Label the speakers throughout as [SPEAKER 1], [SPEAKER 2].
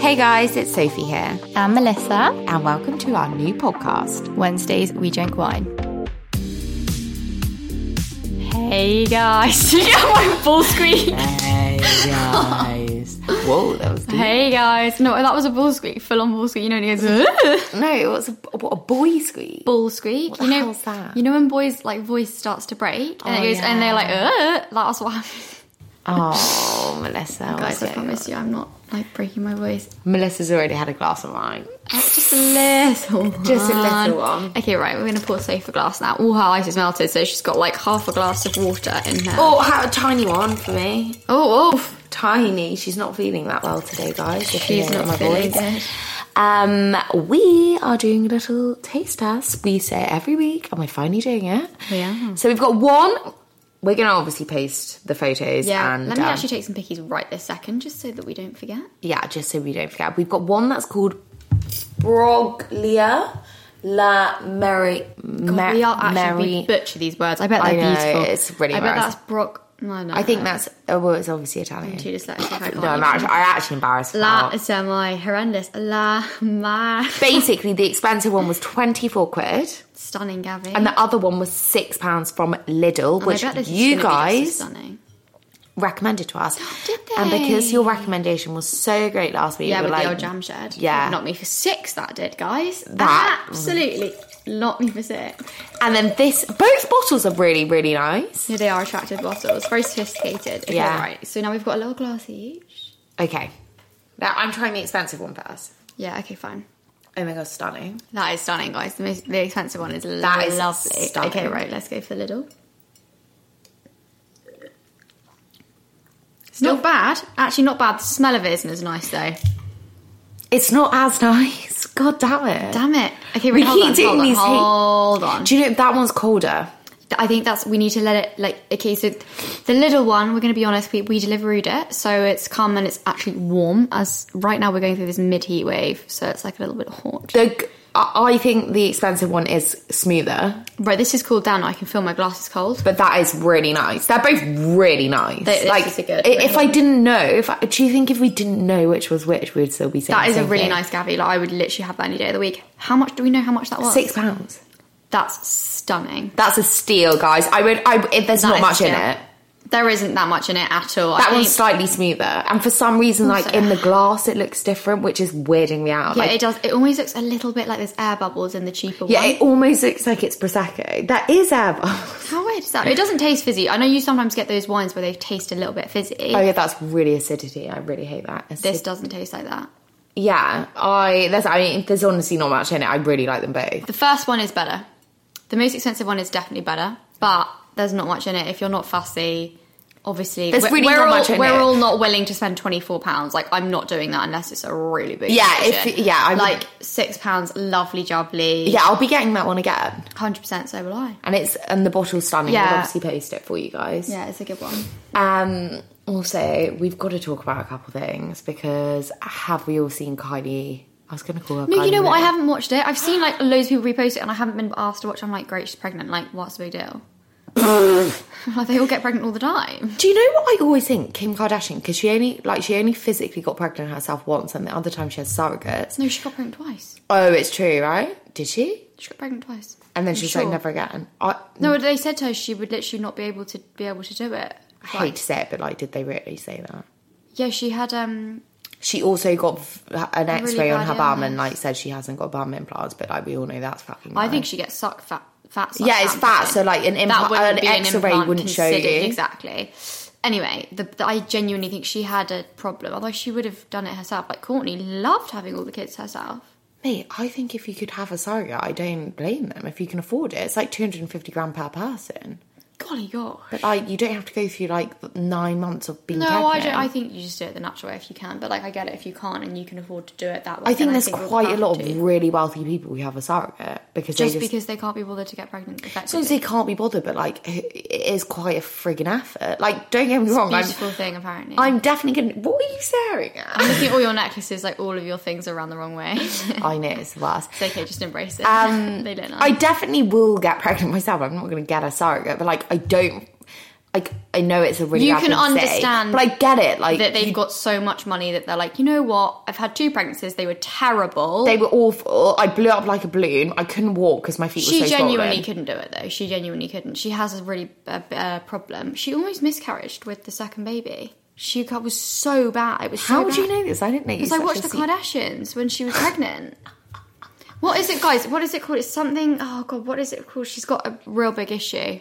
[SPEAKER 1] Hey guys, it's Sophie here,
[SPEAKER 2] And Melissa.
[SPEAKER 1] and welcome to our new podcast.
[SPEAKER 2] Wednesdays, we drink wine. Hey guys. Did you get my full squeak?
[SPEAKER 1] Hey guys. Whoa, that was deep.
[SPEAKER 2] Hey guys. No, that was a bull squeak, full on bull squeak. You know, when he goes, "Ugh,"
[SPEAKER 1] No, it was a, what, a boy squeak.
[SPEAKER 2] bull squeak.
[SPEAKER 1] the
[SPEAKER 2] you know,
[SPEAKER 1] hell's that?
[SPEAKER 2] you know when boys' like voice starts to break and
[SPEAKER 1] Oh,
[SPEAKER 2] it goes, and they're
[SPEAKER 1] yeah.
[SPEAKER 2] like, Ugh, that's what happens.
[SPEAKER 1] Oh, Melissa.
[SPEAKER 2] Guys,
[SPEAKER 1] what's
[SPEAKER 2] I
[SPEAKER 1] going
[SPEAKER 2] promise you, I'm not like breaking my voice.
[SPEAKER 1] on? Melissa's already had a glass of wine.
[SPEAKER 2] Just a little one.
[SPEAKER 1] Just a little one.
[SPEAKER 2] Okay, right, we're gonna pour Sophie a glass now. All her ice is melted, so she's got like half a glass of water in her.
[SPEAKER 1] Oh, how a tiny one for me.
[SPEAKER 2] oh. oh.
[SPEAKER 1] Tiny. She's not feeling that well today, guys. if you
[SPEAKER 2] She's
[SPEAKER 1] hear
[SPEAKER 2] not
[SPEAKER 1] my voice.
[SPEAKER 2] feeling good.
[SPEAKER 1] Um, we are doing a little taste test. We say it every week, and we're finally doing it.
[SPEAKER 2] We are.
[SPEAKER 1] So we've got one. We're gonna obviously paste the photos.
[SPEAKER 2] Yeah,
[SPEAKER 1] And,
[SPEAKER 2] let me
[SPEAKER 1] um,
[SPEAKER 2] actually take some pickies right this second, just so that we don't forget.
[SPEAKER 1] Yeah, just so we don't forget. We've got one that's called Broglia La Mary. Mer-
[SPEAKER 2] we are actually we
[SPEAKER 1] Mary-
[SPEAKER 2] butcher these words. I bet
[SPEAKER 1] I
[SPEAKER 2] they're
[SPEAKER 1] know,
[SPEAKER 2] beautiful.
[SPEAKER 1] it's really
[SPEAKER 2] I bet
[SPEAKER 1] embarrassing.
[SPEAKER 2] that's Brock. No, no.
[SPEAKER 1] I think that's oh, well, it's obviously Italian.
[SPEAKER 2] too dyslexic. I can't
[SPEAKER 1] No, I'm
[SPEAKER 2] even.
[SPEAKER 1] actually, I'm actually embarrassed. for
[SPEAKER 2] La
[SPEAKER 1] that.
[SPEAKER 2] is uh, my horrendous. La ma
[SPEAKER 1] Basically, the expensive one was twenty four quid,
[SPEAKER 2] stunning Gabby.
[SPEAKER 1] and the other one was six pounds from Lidl,
[SPEAKER 2] And I
[SPEAKER 1] which
[SPEAKER 2] bet this is
[SPEAKER 1] you
[SPEAKER 2] gonna be just as
[SPEAKER 1] guys
[SPEAKER 2] stunning.
[SPEAKER 1] recommended to us.
[SPEAKER 2] Did
[SPEAKER 1] And because
[SPEAKER 2] they?
[SPEAKER 1] your recommendation was so great last week,
[SPEAKER 2] Yeah,
[SPEAKER 1] we
[SPEAKER 2] with
[SPEAKER 1] were like,
[SPEAKER 2] the old jam shed.
[SPEAKER 1] Yeah.
[SPEAKER 2] knocked me for six. That did, guys.
[SPEAKER 1] That-
[SPEAKER 2] absolutely knocked me for six.
[SPEAKER 1] And then this, both bottles are really, really nice.
[SPEAKER 2] Yeah, they are attractive bottles, very sophisticated. Okay,
[SPEAKER 1] Yeah.
[SPEAKER 2] right. So now we've got a little glass each.
[SPEAKER 1] Okay, now I'm trying the expensive one first.
[SPEAKER 2] Yeah. Okay. Fine.
[SPEAKER 1] Oh my god, stunning!
[SPEAKER 2] That is stunning, guys. The, most, the expensive one is
[SPEAKER 1] That is
[SPEAKER 2] lovely.
[SPEAKER 1] stunning.
[SPEAKER 2] Okay, right, let's go for the Lidl. It's not bad. Actually, not bad. The smell of it isn't as nice, though.
[SPEAKER 1] It's not as nice. God damn it!
[SPEAKER 2] Damn it. Okay,
[SPEAKER 1] We
[SPEAKER 2] we hold
[SPEAKER 1] keep
[SPEAKER 2] on,
[SPEAKER 1] doing
[SPEAKER 2] hold on,
[SPEAKER 1] these hate-
[SPEAKER 2] Hold on.
[SPEAKER 1] Do you know that one's colder?
[SPEAKER 2] I think that's, we need to let it, like, okay, so the Lidl one, we're going to be honest, we, we delivered it, so it's come and it's actually warm, as right now we're going through this mid-heat wave, so it's, like, a little bit hot.
[SPEAKER 1] The I I think the expensive one is smoother,
[SPEAKER 2] Right, this is cooled down, I can feel my glasses cold.
[SPEAKER 1] but that is really nice. They're both really nice.
[SPEAKER 2] They- this is a good
[SPEAKER 1] i- if I
[SPEAKER 2] range.
[SPEAKER 1] didn't know, if I, do you think if we didn't know which was which, we'd still be saying
[SPEAKER 2] That
[SPEAKER 1] the
[SPEAKER 2] is a
[SPEAKER 1] same
[SPEAKER 2] really
[SPEAKER 1] thing?
[SPEAKER 2] nice Gabby. Like I would literally have that any day of the week. How much do we know how much that was?
[SPEAKER 1] six pounds.
[SPEAKER 2] That's stunning.
[SPEAKER 1] That's a steal, guys. I would. I, if there's
[SPEAKER 2] That
[SPEAKER 1] not
[SPEAKER 2] is
[SPEAKER 1] much in
[SPEAKER 2] still-
[SPEAKER 1] it.
[SPEAKER 2] There isn't that much in it at all.
[SPEAKER 1] That one's slightly smoother, and for some reason, like
[SPEAKER 2] Also-
[SPEAKER 1] in the glass, it looks different, which is weirding me out.
[SPEAKER 2] yeah,
[SPEAKER 1] like,
[SPEAKER 2] it does. It always looks a little bit like there's air bubbles in the cheaper
[SPEAKER 1] yeah,
[SPEAKER 2] one.
[SPEAKER 1] it almost looks like it's prosecco. That is air bubbles.
[SPEAKER 2] How weird is that? It doesn't taste fizzy. I know you sometimes get those wines where they taste a little bit fizzy.
[SPEAKER 1] Oh yeah, that's really acidity. I really hate that.
[SPEAKER 2] This
[SPEAKER 1] Acid-
[SPEAKER 2] doesn't taste like that.
[SPEAKER 1] yeah, I. There's. I mean, there's honestly not much in it. I really like them both.
[SPEAKER 2] The first one is better. The most expensive one is definitely better, but there's not much in it. If you're not fussy, obviously,
[SPEAKER 1] There's
[SPEAKER 2] we're,
[SPEAKER 1] really
[SPEAKER 2] we're
[SPEAKER 1] not
[SPEAKER 2] all,
[SPEAKER 1] much in
[SPEAKER 2] we're
[SPEAKER 1] it.
[SPEAKER 2] all not willing to spend twenty four pounds. Like I'm not doing that unless it's a really big.
[SPEAKER 1] Yeah,
[SPEAKER 2] occasion.
[SPEAKER 1] if- yeah, I would-
[SPEAKER 2] like six pounds, lovely jubbly.
[SPEAKER 1] Yeah, I'll be getting that one again,
[SPEAKER 2] hundred percent. So will I.
[SPEAKER 1] and it's and the bottle's stunning. Yeah.
[SPEAKER 2] Yeah.
[SPEAKER 1] We'll obviously post it for you guys.
[SPEAKER 2] Yeah, it's a good one.
[SPEAKER 1] Um. Also, we've got to talk about a couple things because have we all seen Kylie? I was going to call her.
[SPEAKER 2] No,
[SPEAKER 1] Kylie
[SPEAKER 2] you know what? I
[SPEAKER 1] Minogue.
[SPEAKER 2] haven't watched it. I've seen like loads of people repost it, and I haven't been asked to watch. I'm like, great, she's pregnant. Like, what's the big deal? like they all get pregnant all the time.
[SPEAKER 1] Do you know what I always think? Kim Kardashian, because she only like she only physically got pregnant herself once, and the other time she had surrogates.
[SPEAKER 2] No, she got pregnant twice.
[SPEAKER 1] Oh, it's true, right? Did she?
[SPEAKER 2] She got pregnant twice.
[SPEAKER 1] And then
[SPEAKER 2] I'm
[SPEAKER 1] she was
[SPEAKER 2] sure.
[SPEAKER 1] like, never again. I,
[SPEAKER 2] No, they said to her she would literally not be able to be able to do it.
[SPEAKER 1] I hate to say it, but like, did they really say that?
[SPEAKER 2] Yeah, she had um
[SPEAKER 1] She also got v- an X-ray on
[SPEAKER 2] bad
[SPEAKER 1] her bum
[SPEAKER 2] illness.
[SPEAKER 1] and like said she hasn't got bum implants, but like we all know that's fucking.
[SPEAKER 2] I
[SPEAKER 1] lying.
[SPEAKER 2] think she gets suck fat fat suck
[SPEAKER 1] Yeah, it's fat,
[SPEAKER 2] something.
[SPEAKER 1] so, like, an impla-
[SPEAKER 2] That wouldn't
[SPEAKER 1] an
[SPEAKER 2] be
[SPEAKER 1] X-ray
[SPEAKER 2] implant
[SPEAKER 1] wouldn't show
[SPEAKER 2] considered-
[SPEAKER 1] you.
[SPEAKER 2] Exactly. Anyway, the, the- I genuinely think she had a problem. Otherwise, she would have done it herself. Like Courtney loved having all the kids herself.
[SPEAKER 1] Mate, I think if you could have a surrogate, I don't blame them if you can afford it. It's like two hundred and fifty grand per person,
[SPEAKER 2] Golly god.
[SPEAKER 1] but like you don't have to go through like nine months of being.
[SPEAKER 2] No,
[SPEAKER 1] pregnant.
[SPEAKER 2] I don't. I think you just do it the natural way if you can. But like, I get it if you can't and you can afford to do it that way.
[SPEAKER 1] I think
[SPEAKER 2] then
[SPEAKER 1] there's
[SPEAKER 2] we'll
[SPEAKER 1] quite a
[SPEAKER 2] have
[SPEAKER 1] lot
[SPEAKER 2] to.
[SPEAKER 1] of really wealthy people who have a surrogate because
[SPEAKER 2] just,
[SPEAKER 1] they just
[SPEAKER 2] because they can't be bothered to get pregnant.
[SPEAKER 1] It's not
[SPEAKER 2] Effectively.
[SPEAKER 1] as they can't be bothered, but like it is quite a friggin' effort. Like, don't get me wrong, I'm,
[SPEAKER 2] Beautiful thing, apparently.
[SPEAKER 1] I'm definitely gonna. What are you staring at?
[SPEAKER 2] I'm looking at all your necklaces, like all of your things are around the wrong way. it's
[SPEAKER 1] I know it's the worst.
[SPEAKER 2] okay, just embrace it.
[SPEAKER 1] Um,
[SPEAKER 2] they don't know.
[SPEAKER 1] I definitely will get pregnant myself. I'm not gonna get a surrogate, but like I don't. like I know it's a really
[SPEAKER 2] You
[SPEAKER 1] bad
[SPEAKER 2] can
[SPEAKER 1] thing to say,
[SPEAKER 2] understand
[SPEAKER 1] but I get it. Like
[SPEAKER 2] that they've got so much money that they're like, you know what? I've had two pregnancies. They were terrible.
[SPEAKER 1] they were awful. I blew up like a balloon. I couldn't walk because my feet
[SPEAKER 2] she
[SPEAKER 1] were so swollen.
[SPEAKER 2] genuinely couldn't do it though. She genuinely couldn't. She has a really uh, uh, problem. She almost miscarried with the second baby. She got- was so bad. It was so
[SPEAKER 1] How would
[SPEAKER 2] bad.
[SPEAKER 1] you know this? I didn't know.
[SPEAKER 2] Because I watched the Kardashians when she was pregnant. What is it, guys? What is it called? It's something. Oh god, what is it called? She's got a real big issue,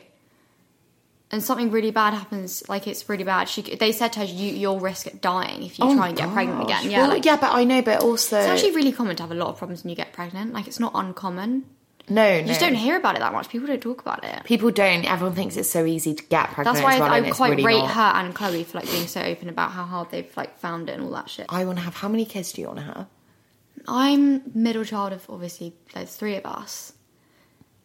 [SPEAKER 2] and something really bad happens. Like it's really bad. She they said to her, you, "You'll risk dying if you try and get pregnant again." Yeah,
[SPEAKER 1] Oh well,
[SPEAKER 2] like,
[SPEAKER 1] yeah, but I know, but also
[SPEAKER 2] it's actually really common to have a lot of problems when you get pregnant. Like it's not uncommon.
[SPEAKER 1] no, no.
[SPEAKER 2] You just don't hear about it that much. People don't talk about it.
[SPEAKER 1] People don't. Everyone thinks it's so easy to get pregnant.
[SPEAKER 2] That's why
[SPEAKER 1] as well,
[SPEAKER 2] I,
[SPEAKER 1] and
[SPEAKER 2] I
[SPEAKER 1] it's
[SPEAKER 2] quite
[SPEAKER 1] really
[SPEAKER 2] rate
[SPEAKER 1] not.
[SPEAKER 2] her and Chloe for like being so open about how hard they've like found it and all that shit.
[SPEAKER 1] I want to have. How many kids do you want to have?
[SPEAKER 2] I'm middle child of obviously there's three of us.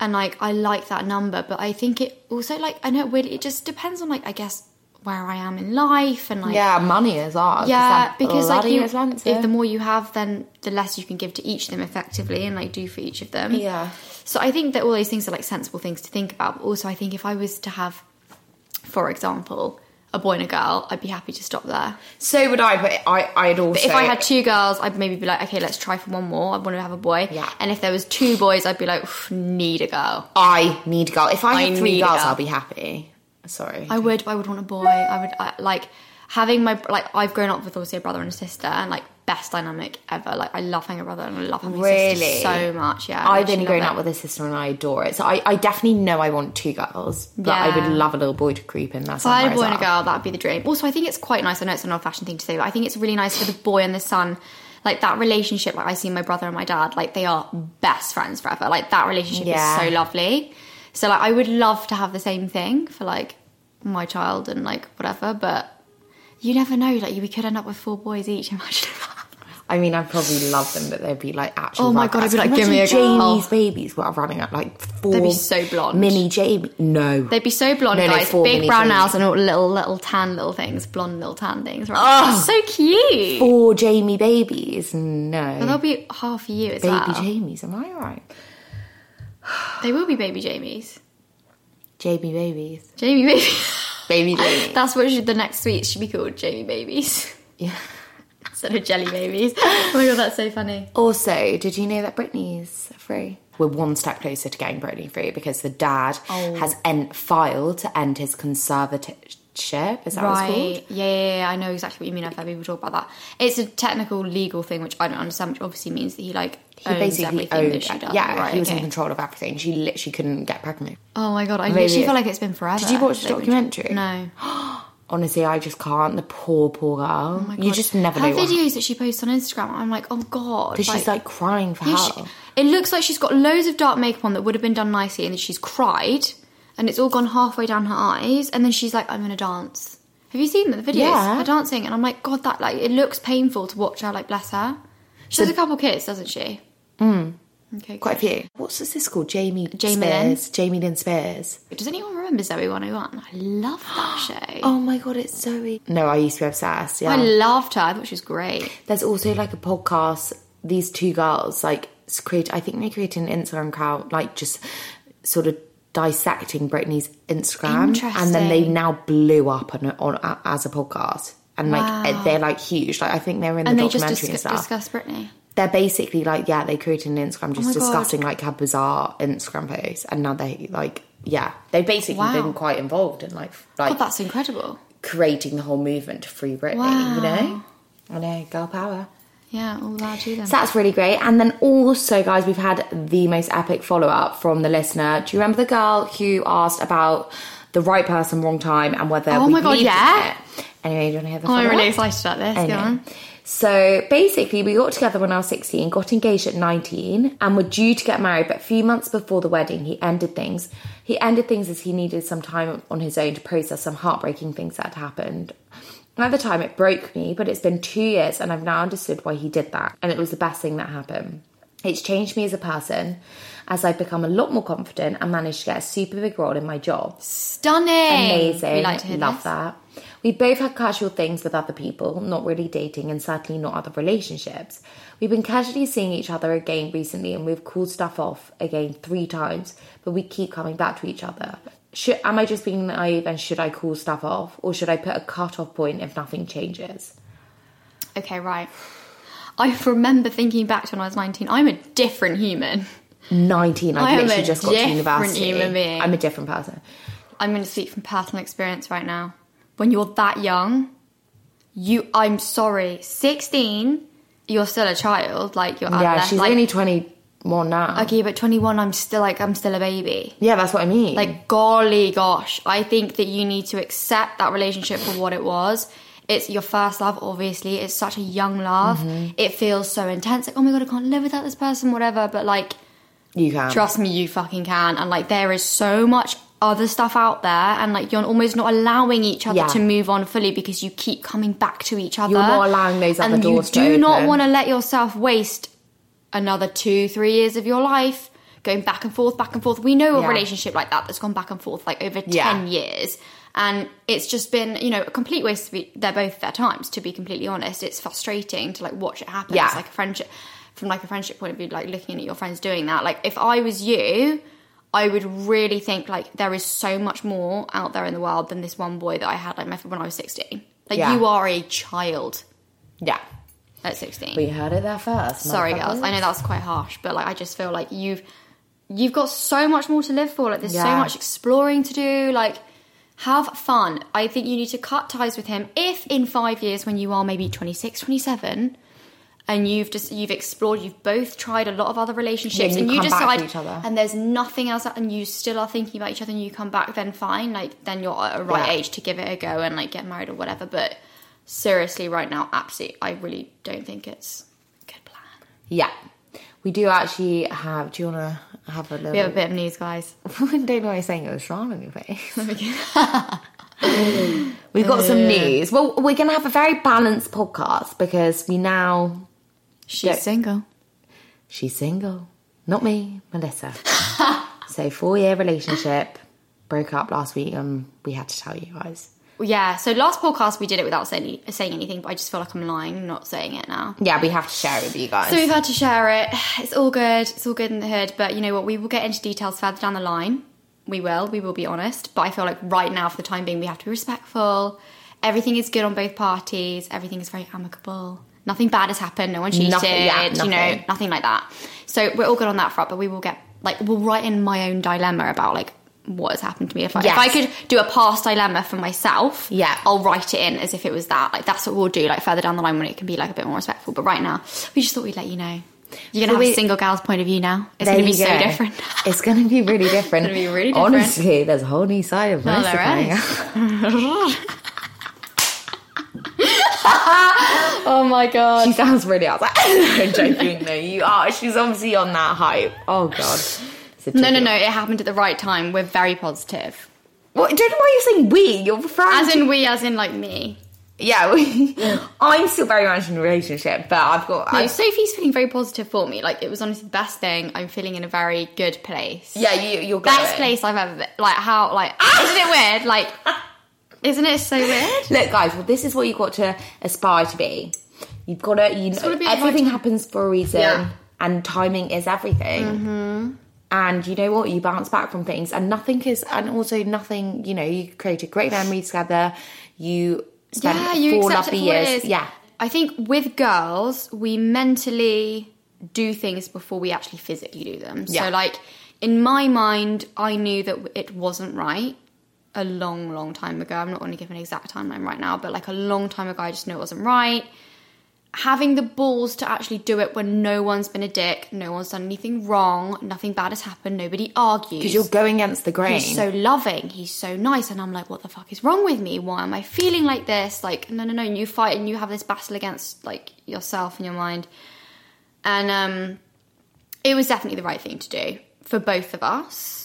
[SPEAKER 2] And like I like that number, but I think it also like I know it weirdly it just depends on like I guess where I am in life and like
[SPEAKER 1] Yeah, money is ours.
[SPEAKER 2] yeah because like you,
[SPEAKER 1] expensive.
[SPEAKER 2] if the more you have then the less you can give to each of them effectively and like do for each of them
[SPEAKER 1] Yeah.
[SPEAKER 2] so i think that all those things are like sensible things to think about but also i think if i was to have for example a boy and a girl i'd be happy to stop there
[SPEAKER 1] so would I, but I, I'd also.
[SPEAKER 2] if I had two girls, I'd maybe be like, okay, let's try for one more. I want to have a boy.
[SPEAKER 1] Yeah.
[SPEAKER 2] And if there was two boys, I'd be like, "Oof, need a girl.
[SPEAKER 1] I need a girl. If I
[SPEAKER 2] I
[SPEAKER 1] had three
[SPEAKER 2] need a
[SPEAKER 1] girls,
[SPEAKER 2] girl.
[SPEAKER 1] I'll be happy. Sorry.
[SPEAKER 2] I would. I would want a boy. I would I, like having my like. I've grown up with also a brother and a sister, and like best dynamic ever. Like I love having a brother and I love having a
[SPEAKER 1] Really?
[SPEAKER 2] sister so much. Yeah.
[SPEAKER 1] I've only grown
[SPEAKER 2] grown
[SPEAKER 1] up with a sister and I adore it. So I, I definitely know I want two girls, but I
[SPEAKER 2] Yeah.
[SPEAKER 1] would love a little boy to creep in there
[SPEAKER 2] If I
[SPEAKER 1] somewhere.
[SPEAKER 2] had a boy
[SPEAKER 1] as
[SPEAKER 2] and a
[SPEAKER 1] well.
[SPEAKER 2] girl, that'd be the dream. Also, I think it's quite nice. I know it's an old-fashioned thing to say, but I think it's really nice for the boy and the son. Like that relationship, like I see my brother and my dad, like they are best friends forever. Like that relationship
[SPEAKER 1] Yeah.
[SPEAKER 2] is so lovely. So like I would love to have the same thing for like my child and like whatever, but you never know. Like we could end up with four boys each. Imagine that.
[SPEAKER 1] I mean, I'd probably love them, but they'd be like actually.
[SPEAKER 2] Oh my God, I'd be like, give me a girl.
[SPEAKER 1] Jamie's babies were running up like four.
[SPEAKER 2] be so blonde.
[SPEAKER 1] Mini Jamie. No.
[SPEAKER 2] They'd be so blonde,
[SPEAKER 1] No, no,
[SPEAKER 2] guys.
[SPEAKER 1] four
[SPEAKER 2] Big
[SPEAKER 1] mini
[SPEAKER 2] brown
[SPEAKER 1] twins.
[SPEAKER 2] nails and all little little tan little things, blonde little tan things. Right? so cute.
[SPEAKER 1] Oh! four Jamie babies. No.
[SPEAKER 2] They'll be half you as
[SPEAKER 1] Baby
[SPEAKER 2] well.
[SPEAKER 1] Jamies. Am I right?
[SPEAKER 2] they will be baby Jamies.
[SPEAKER 1] Jamie babies.
[SPEAKER 2] Jamie Baby.
[SPEAKER 1] Baby Jamie.
[SPEAKER 2] That's what should, the next sweets should be called, Jamie Babies.
[SPEAKER 1] yeah.
[SPEAKER 2] Instead of Jelly Babies. Oh my god, that's so funny.
[SPEAKER 1] Oh, Also, did you know that Britney's free? We're one step closer to getting Britney free because the dad
[SPEAKER 2] Oh.
[SPEAKER 1] has en- filed to end his conservatorship. Is that what it's called?
[SPEAKER 2] Right. Yeah, yeah, yeah, I know exactly what you mean. I've heard people talk about that. It's a technical legal thing, which I don't understand, which obviously means that he, like,
[SPEAKER 1] He
[SPEAKER 2] owns
[SPEAKER 1] basically
[SPEAKER 2] Oh, everything
[SPEAKER 1] owned
[SPEAKER 2] that she
[SPEAKER 1] it.
[SPEAKER 2] does.
[SPEAKER 1] Yeah,
[SPEAKER 2] right,
[SPEAKER 1] he was in
[SPEAKER 2] okay.
[SPEAKER 1] control of everything. She literally couldn't get pregnant.
[SPEAKER 2] Oh my god, I
[SPEAKER 1] Maybe
[SPEAKER 2] literally
[SPEAKER 1] it-
[SPEAKER 2] feel like it's been forever.
[SPEAKER 1] Did you watch the
[SPEAKER 2] They've been-
[SPEAKER 1] documentary?
[SPEAKER 2] No.
[SPEAKER 1] Honestly, I just can't. The poor, poor girl.
[SPEAKER 2] Oh my
[SPEAKER 1] You
[SPEAKER 2] God.
[SPEAKER 1] just never
[SPEAKER 2] Her
[SPEAKER 1] know. what-
[SPEAKER 2] videos that she posts on Instagram, I'm like, oh god.
[SPEAKER 1] 'cause she's like crying for
[SPEAKER 2] Yeah,
[SPEAKER 1] help.
[SPEAKER 2] she- it looks like she's got loads of dark makeup on that would have been done nicely, and she's cried, and it's all gone halfway down her eyes, and then she's like, "I'm gonna dance." Have you seen the videos?
[SPEAKER 1] Yeah.
[SPEAKER 2] Her dancing, and I'm like, God, that like it looks painful to watch her. Like, bless her. She has a couple kids, doesn't she? Mm. Okay.
[SPEAKER 1] Quite a few. What's this is called? Jamie
[SPEAKER 2] Jamie Lynn.
[SPEAKER 1] Spears. Jamie Lynn Spears.
[SPEAKER 2] good. Does anyone remember Zoe 101? I love that show.
[SPEAKER 1] Oh my god, it's Zoe. No, I used to be obsessed. Oh, Yeah.
[SPEAKER 2] e- I loved her. I thought she was great.
[SPEAKER 1] There's also like a podcast. These two girls like s- create. I think they created an Instagram account, like just sort of dissecting Britney's Instagram, and then they
[SPEAKER 2] Interesting.
[SPEAKER 1] now blew up on, on a- as a podcast. And like eh,
[SPEAKER 2] Wow.
[SPEAKER 1] they're like huge. Like I think they were in the
[SPEAKER 2] And they just
[SPEAKER 1] documentary
[SPEAKER 2] dis-
[SPEAKER 1] and stuff.
[SPEAKER 2] discussed Britney.
[SPEAKER 1] they're basically like yeah, they created an Instagram just
[SPEAKER 2] Oh my God.
[SPEAKER 1] discussing like her bizarre Instagram posts, and now they like yeah, they've basically
[SPEAKER 2] Wow.
[SPEAKER 1] been quite involved in like f- like
[SPEAKER 2] God, that's incredible.
[SPEAKER 1] creating the whole movement to free Britney. You know, I know, girl power.
[SPEAKER 2] Yeah, oh, all that to them.
[SPEAKER 1] So that's really great. And then also, guys, we've had the most epic follow up from the listener. Do you remember the girl who asked about the right person, wrong time, and whether?
[SPEAKER 2] Oh
[SPEAKER 1] we
[SPEAKER 2] my God,
[SPEAKER 1] believed in
[SPEAKER 2] yeah.
[SPEAKER 1] it? Anyway, do you want to hear the?
[SPEAKER 2] Oh, I'm
[SPEAKER 1] follow-up?
[SPEAKER 2] really excited about this.
[SPEAKER 1] I
[SPEAKER 2] Go
[SPEAKER 1] know.
[SPEAKER 2] on.
[SPEAKER 1] So basically, we got together when I was 16, got engaged at 19, and were due to get married. But a few months before the wedding, he ended things. He ended things as he needed some time on his own to process some heartbreaking things that had happened. At the time, it broke me, but it's been two years, and I've now understood why he did that. And it was the best thing that happened. It's changed me as a person as I've become a lot more confident and managed to get a super big role in my job.
[SPEAKER 2] Stunning.
[SPEAKER 1] Amazing.
[SPEAKER 2] We like to hear
[SPEAKER 1] Love
[SPEAKER 2] this.
[SPEAKER 1] that. We both had casual things with other people, not really dating and certainly not other relationships. We've been casually seeing each other again recently and we've called stuff off again three times, but we keep coming back to each other. Should, am I just being naive and should I call stuff off or should I put a cut off point if nothing changes?
[SPEAKER 2] Okay, right. I remember thinking back to when I was 19, I'm a different human.
[SPEAKER 1] 19,
[SPEAKER 2] I
[SPEAKER 1] I
[SPEAKER 2] am
[SPEAKER 1] literally
[SPEAKER 2] a
[SPEAKER 1] just got to
[SPEAKER 2] different
[SPEAKER 1] university.
[SPEAKER 2] human being.
[SPEAKER 1] I'm a different person.
[SPEAKER 2] I'm going to speak from personal experience right now. When you're that young, you, I'm sorry, 16, you're still a child. Like, you're
[SPEAKER 1] yeah,
[SPEAKER 2] adolescent.
[SPEAKER 1] she's
[SPEAKER 2] Uh, like,
[SPEAKER 1] only 21 now.
[SPEAKER 2] Okay, but 21, I'm still like, I'm still a baby.
[SPEAKER 1] Yeah, that's what I mean.
[SPEAKER 2] Like, golly gosh, I think that you need to accept that relationship for what it was. It's your first love, obviously. It's such a young love. It feels so intense. Like, oh my God, I can't live without this person, whatever. But like,
[SPEAKER 1] you can.
[SPEAKER 2] trust me, you fucking can. And like, there is so much other stuff out there. And like, you're almost not allowing each other
[SPEAKER 1] Yeah.
[SPEAKER 2] to move on fully because you keep coming back to each other.
[SPEAKER 1] not allowing those other
[SPEAKER 2] and
[SPEAKER 1] doors to
[SPEAKER 2] you do not
[SPEAKER 1] open.
[SPEAKER 2] want to let yourself waste another two, three years of your life going back and forth, back and forth. We know a
[SPEAKER 1] Yeah.
[SPEAKER 2] relationship like that that's gone back and forth like over
[SPEAKER 1] Yeah.
[SPEAKER 2] 10 years. And it's just been, you know, a complete waste of e- they're both their times, to be completely honest. It's frustrating to like watch it happen.
[SPEAKER 1] Yeah.
[SPEAKER 2] It's like a friendship, from like a friendship point of view, like looking at your friends doing that. Like if I was you, I would really think like there is so much more out there in the world than this one boy that I had like my, when I was 16. Like
[SPEAKER 1] Yeah.
[SPEAKER 2] you are a child
[SPEAKER 1] yeah.
[SPEAKER 2] at 16.
[SPEAKER 1] We heard it there first.
[SPEAKER 2] Sorry,
[SPEAKER 1] motherfuckers.
[SPEAKER 2] girls. I know that's quite harsh, but like I just feel like you've you've got so much more to live for. Like there's so
[SPEAKER 1] Yeah.
[SPEAKER 2] much exploring to do. Like have fun. I think you need to cut ties with him if in 5 years when you are maybe 26, 27 and you've just you've explored, you've both tried a lot of other relationships
[SPEAKER 1] you
[SPEAKER 2] and you
[SPEAKER 1] come back to
[SPEAKER 2] decide
[SPEAKER 1] each other.
[SPEAKER 2] and there's nothing else and you still are thinking about each other and you come back then fine, like then you're at a right
[SPEAKER 1] Yeah.
[SPEAKER 2] age to give it a go and like get married or whatever, but seriously right now absolutely I really don't think it's a good plan.
[SPEAKER 1] Yeah. We do actually have. Do you want to have a little.
[SPEAKER 2] We have a bit of news, guys.
[SPEAKER 1] don't know why I'm saying it was wrong on your face. We've got
[SPEAKER 2] Uh.
[SPEAKER 1] some news. Well, we're going to have a very balanced podcast because we now.
[SPEAKER 2] She's
[SPEAKER 1] Don't-
[SPEAKER 2] single.
[SPEAKER 1] She's single. Not me, Melissa. so, four year relationship. Broke up last week and we had to tell you guys.
[SPEAKER 2] Yeah. So last podcast we did it without saying, saying anything, but I just feel like I'm lying, not saying it now.
[SPEAKER 1] Yeah, we have to share it with you guys.
[SPEAKER 2] So we've had to share it. It's all good. It's all good in the hood. But you know what? We will get into details further down the line. We will. We will be honest. But I feel like right now, for the time being, we have to be respectful. Everything is good on both parties. Everything is very amicable. Nothing bad has happened. No one cheated.
[SPEAKER 1] Nothing- yeah,
[SPEAKER 2] You know,
[SPEAKER 1] nothing.
[SPEAKER 2] nothing like that. So we're all good on that front. But we will get like we'll write in my own dilemma about like what has happened to me. If I, if
[SPEAKER 1] Yes.
[SPEAKER 2] I could do a past dilemma for myself,
[SPEAKER 1] Yeah.
[SPEAKER 2] I'll write it in as if it was that. Like that's what we'll do. Like further down the line when it can be like a bit more respectful. But right now, we just thought we'd let you know. You're
[SPEAKER 1] So
[SPEAKER 2] gonna have
[SPEAKER 1] we-
[SPEAKER 2] a single gal's point of view now. It's
[SPEAKER 1] There
[SPEAKER 2] gonna be
[SPEAKER 1] you
[SPEAKER 2] so
[SPEAKER 1] go.
[SPEAKER 2] different.
[SPEAKER 1] It's going to be really different.
[SPEAKER 2] It's gonna be really different.
[SPEAKER 1] Honestly, there's a whole new side of
[SPEAKER 2] Oh,
[SPEAKER 1] Melissa
[SPEAKER 2] there
[SPEAKER 1] coming out.
[SPEAKER 2] is. oh my god.
[SPEAKER 1] She sounds really out. I'm joking. No, you are. She's obviously on that hype. Oh god. It's a
[SPEAKER 2] No, no,
[SPEAKER 1] ticket.
[SPEAKER 2] no. It happened at the right time. We're very positive.
[SPEAKER 1] What, don't know why you're saying we. You're referring
[SPEAKER 2] As
[SPEAKER 1] to
[SPEAKER 2] in we, as in like me.
[SPEAKER 1] yeah. We, I'm still very much in a relationship, but I've got
[SPEAKER 2] No,
[SPEAKER 1] I,
[SPEAKER 2] Sophie's feeling very positive for me. Like it was honestly the best thing. I'm feeling in a very good place.
[SPEAKER 1] yeah. You, you're going.
[SPEAKER 2] Best place I've ever been. Like how? Like isn't it weird? Like isn't it so weird?
[SPEAKER 1] Look, guys. Well, this is what you've got to aspire to be. You've got to. You know,
[SPEAKER 2] gotta be
[SPEAKER 1] everything
[SPEAKER 2] exciting.
[SPEAKER 1] happens for a reason,
[SPEAKER 2] Yeah. Mm-hmm.
[SPEAKER 1] and timing is everything. And you know what? You bounce back from things, and nothing is. And also, nothing. You know, you created great memories together. You spent
[SPEAKER 2] yeah, you
[SPEAKER 1] four
[SPEAKER 2] accept it
[SPEAKER 1] lovely
[SPEAKER 2] for what
[SPEAKER 1] years.
[SPEAKER 2] It is.
[SPEAKER 1] Yeah.
[SPEAKER 2] I think with girls, we mentally do things before we actually physically do them. So,
[SPEAKER 1] Yeah.
[SPEAKER 2] like in my mind, I knew that it wasn't right a long, long time ago. I'm not going to give an exact timeline right now, but like a long time ago, I just knew it wasn't right. Having the balls to actually do it when no one's been a dick, no one's done anything wrong, nothing bad has happened, nobody argues.
[SPEAKER 1] Because you're going against the grain.
[SPEAKER 2] He's so loving. He's so nice. And I'm like, what the fuck is wrong with me? Why am I feeling like this? Like, no, no, no. And you fight and you have this battle against like yourself and your mind. And um, it was definitely the right thing to do for both of us.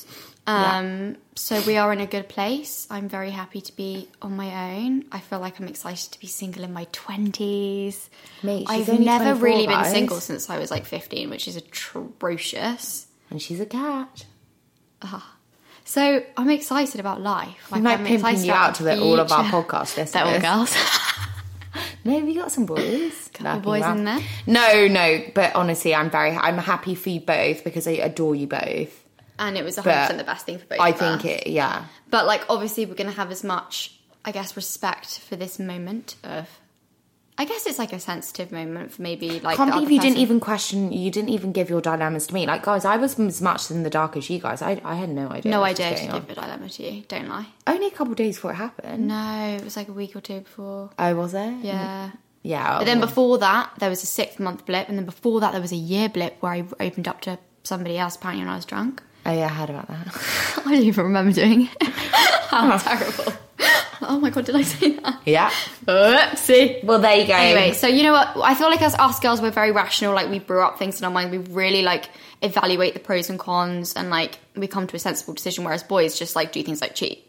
[SPEAKER 2] Um, So we are in a good place. I'm very happy to be on my own. I feel like I'm excited to be single in my 20s.
[SPEAKER 1] Mate, she's
[SPEAKER 2] I've
[SPEAKER 1] only
[SPEAKER 2] never
[SPEAKER 1] 24,
[SPEAKER 2] really been
[SPEAKER 1] guys.
[SPEAKER 2] single since I was like 15, which is atrocious.
[SPEAKER 1] and she's a cat.
[SPEAKER 2] So I'm excited about life.
[SPEAKER 1] I'm like
[SPEAKER 2] I'm
[SPEAKER 1] pimping
[SPEAKER 2] excited
[SPEAKER 1] you
[SPEAKER 2] about
[SPEAKER 1] out to
[SPEAKER 2] the
[SPEAKER 1] the, all of our
[SPEAKER 2] future.
[SPEAKER 1] podcast listeners.
[SPEAKER 2] They're all girls.
[SPEAKER 1] No, we got some boys. Couple
[SPEAKER 2] boys in there.
[SPEAKER 1] No, no, but honestly, I'm very, I'm happy for you both because I adore you both.
[SPEAKER 2] and it was 100%
[SPEAKER 1] But
[SPEAKER 2] the best thing for both
[SPEAKER 1] I
[SPEAKER 2] of us.
[SPEAKER 1] think it, yeah.
[SPEAKER 2] But like, obviously, we're gonna have as much, I guess, respect for this moment of. I guess it's like a sensitive moment for maybe like.
[SPEAKER 1] can't
[SPEAKER 2] the
[SPEAKER 1] believe
[SPEAKER 2] other
[SPEAKER 1] you didn't
[SPEAKER 2] person.
[SPEAKER 1] even question. You didn't even give your dilemmas to me. Like, guys, I was as much in the dark as you guys. I, I had no idea.
[SPEAKER 2] No
[SPEAKER 1] what was
[SPEAKER 2] idea
[SPEAKER 1] going
[SPEAKER 2] to
[SPEAKER 1] on.
[SPEAKER 2] give a dilemma to you. Don't lie.
[SPEAKER 1] Only a couple of days before it happened.
[SPEAKER 2] No, it was like a week or two before.
[SPEAKER 1] Oh, was it?
[SPEAKER 2] Mm. Yeah.
[SPEAKER 1] Yeah.
[SPEAKER 2] But then before that, there was a six month blip, and then before that, there was a year blip where I opened up to somebody else apparently when I was drunk.
[SPEAKER 1] oh yeah, I heard about that.
[SPEAKER 2] I don't even remember doing it. How terrible. Oh my god, did I say that?
[SPEAKER 1] yeah.
[SPEAKER 2] Oopsie.
[SPEAKER 1] Well, there you go.
[SPEAKER 2] Anyway, so you know what? I feel like as us girls, we're very rational. Like we brew up things in our mind. We really like evaluate the pros and cons, and like we come to a sensible decision. Whereas boys just like do things like cheat.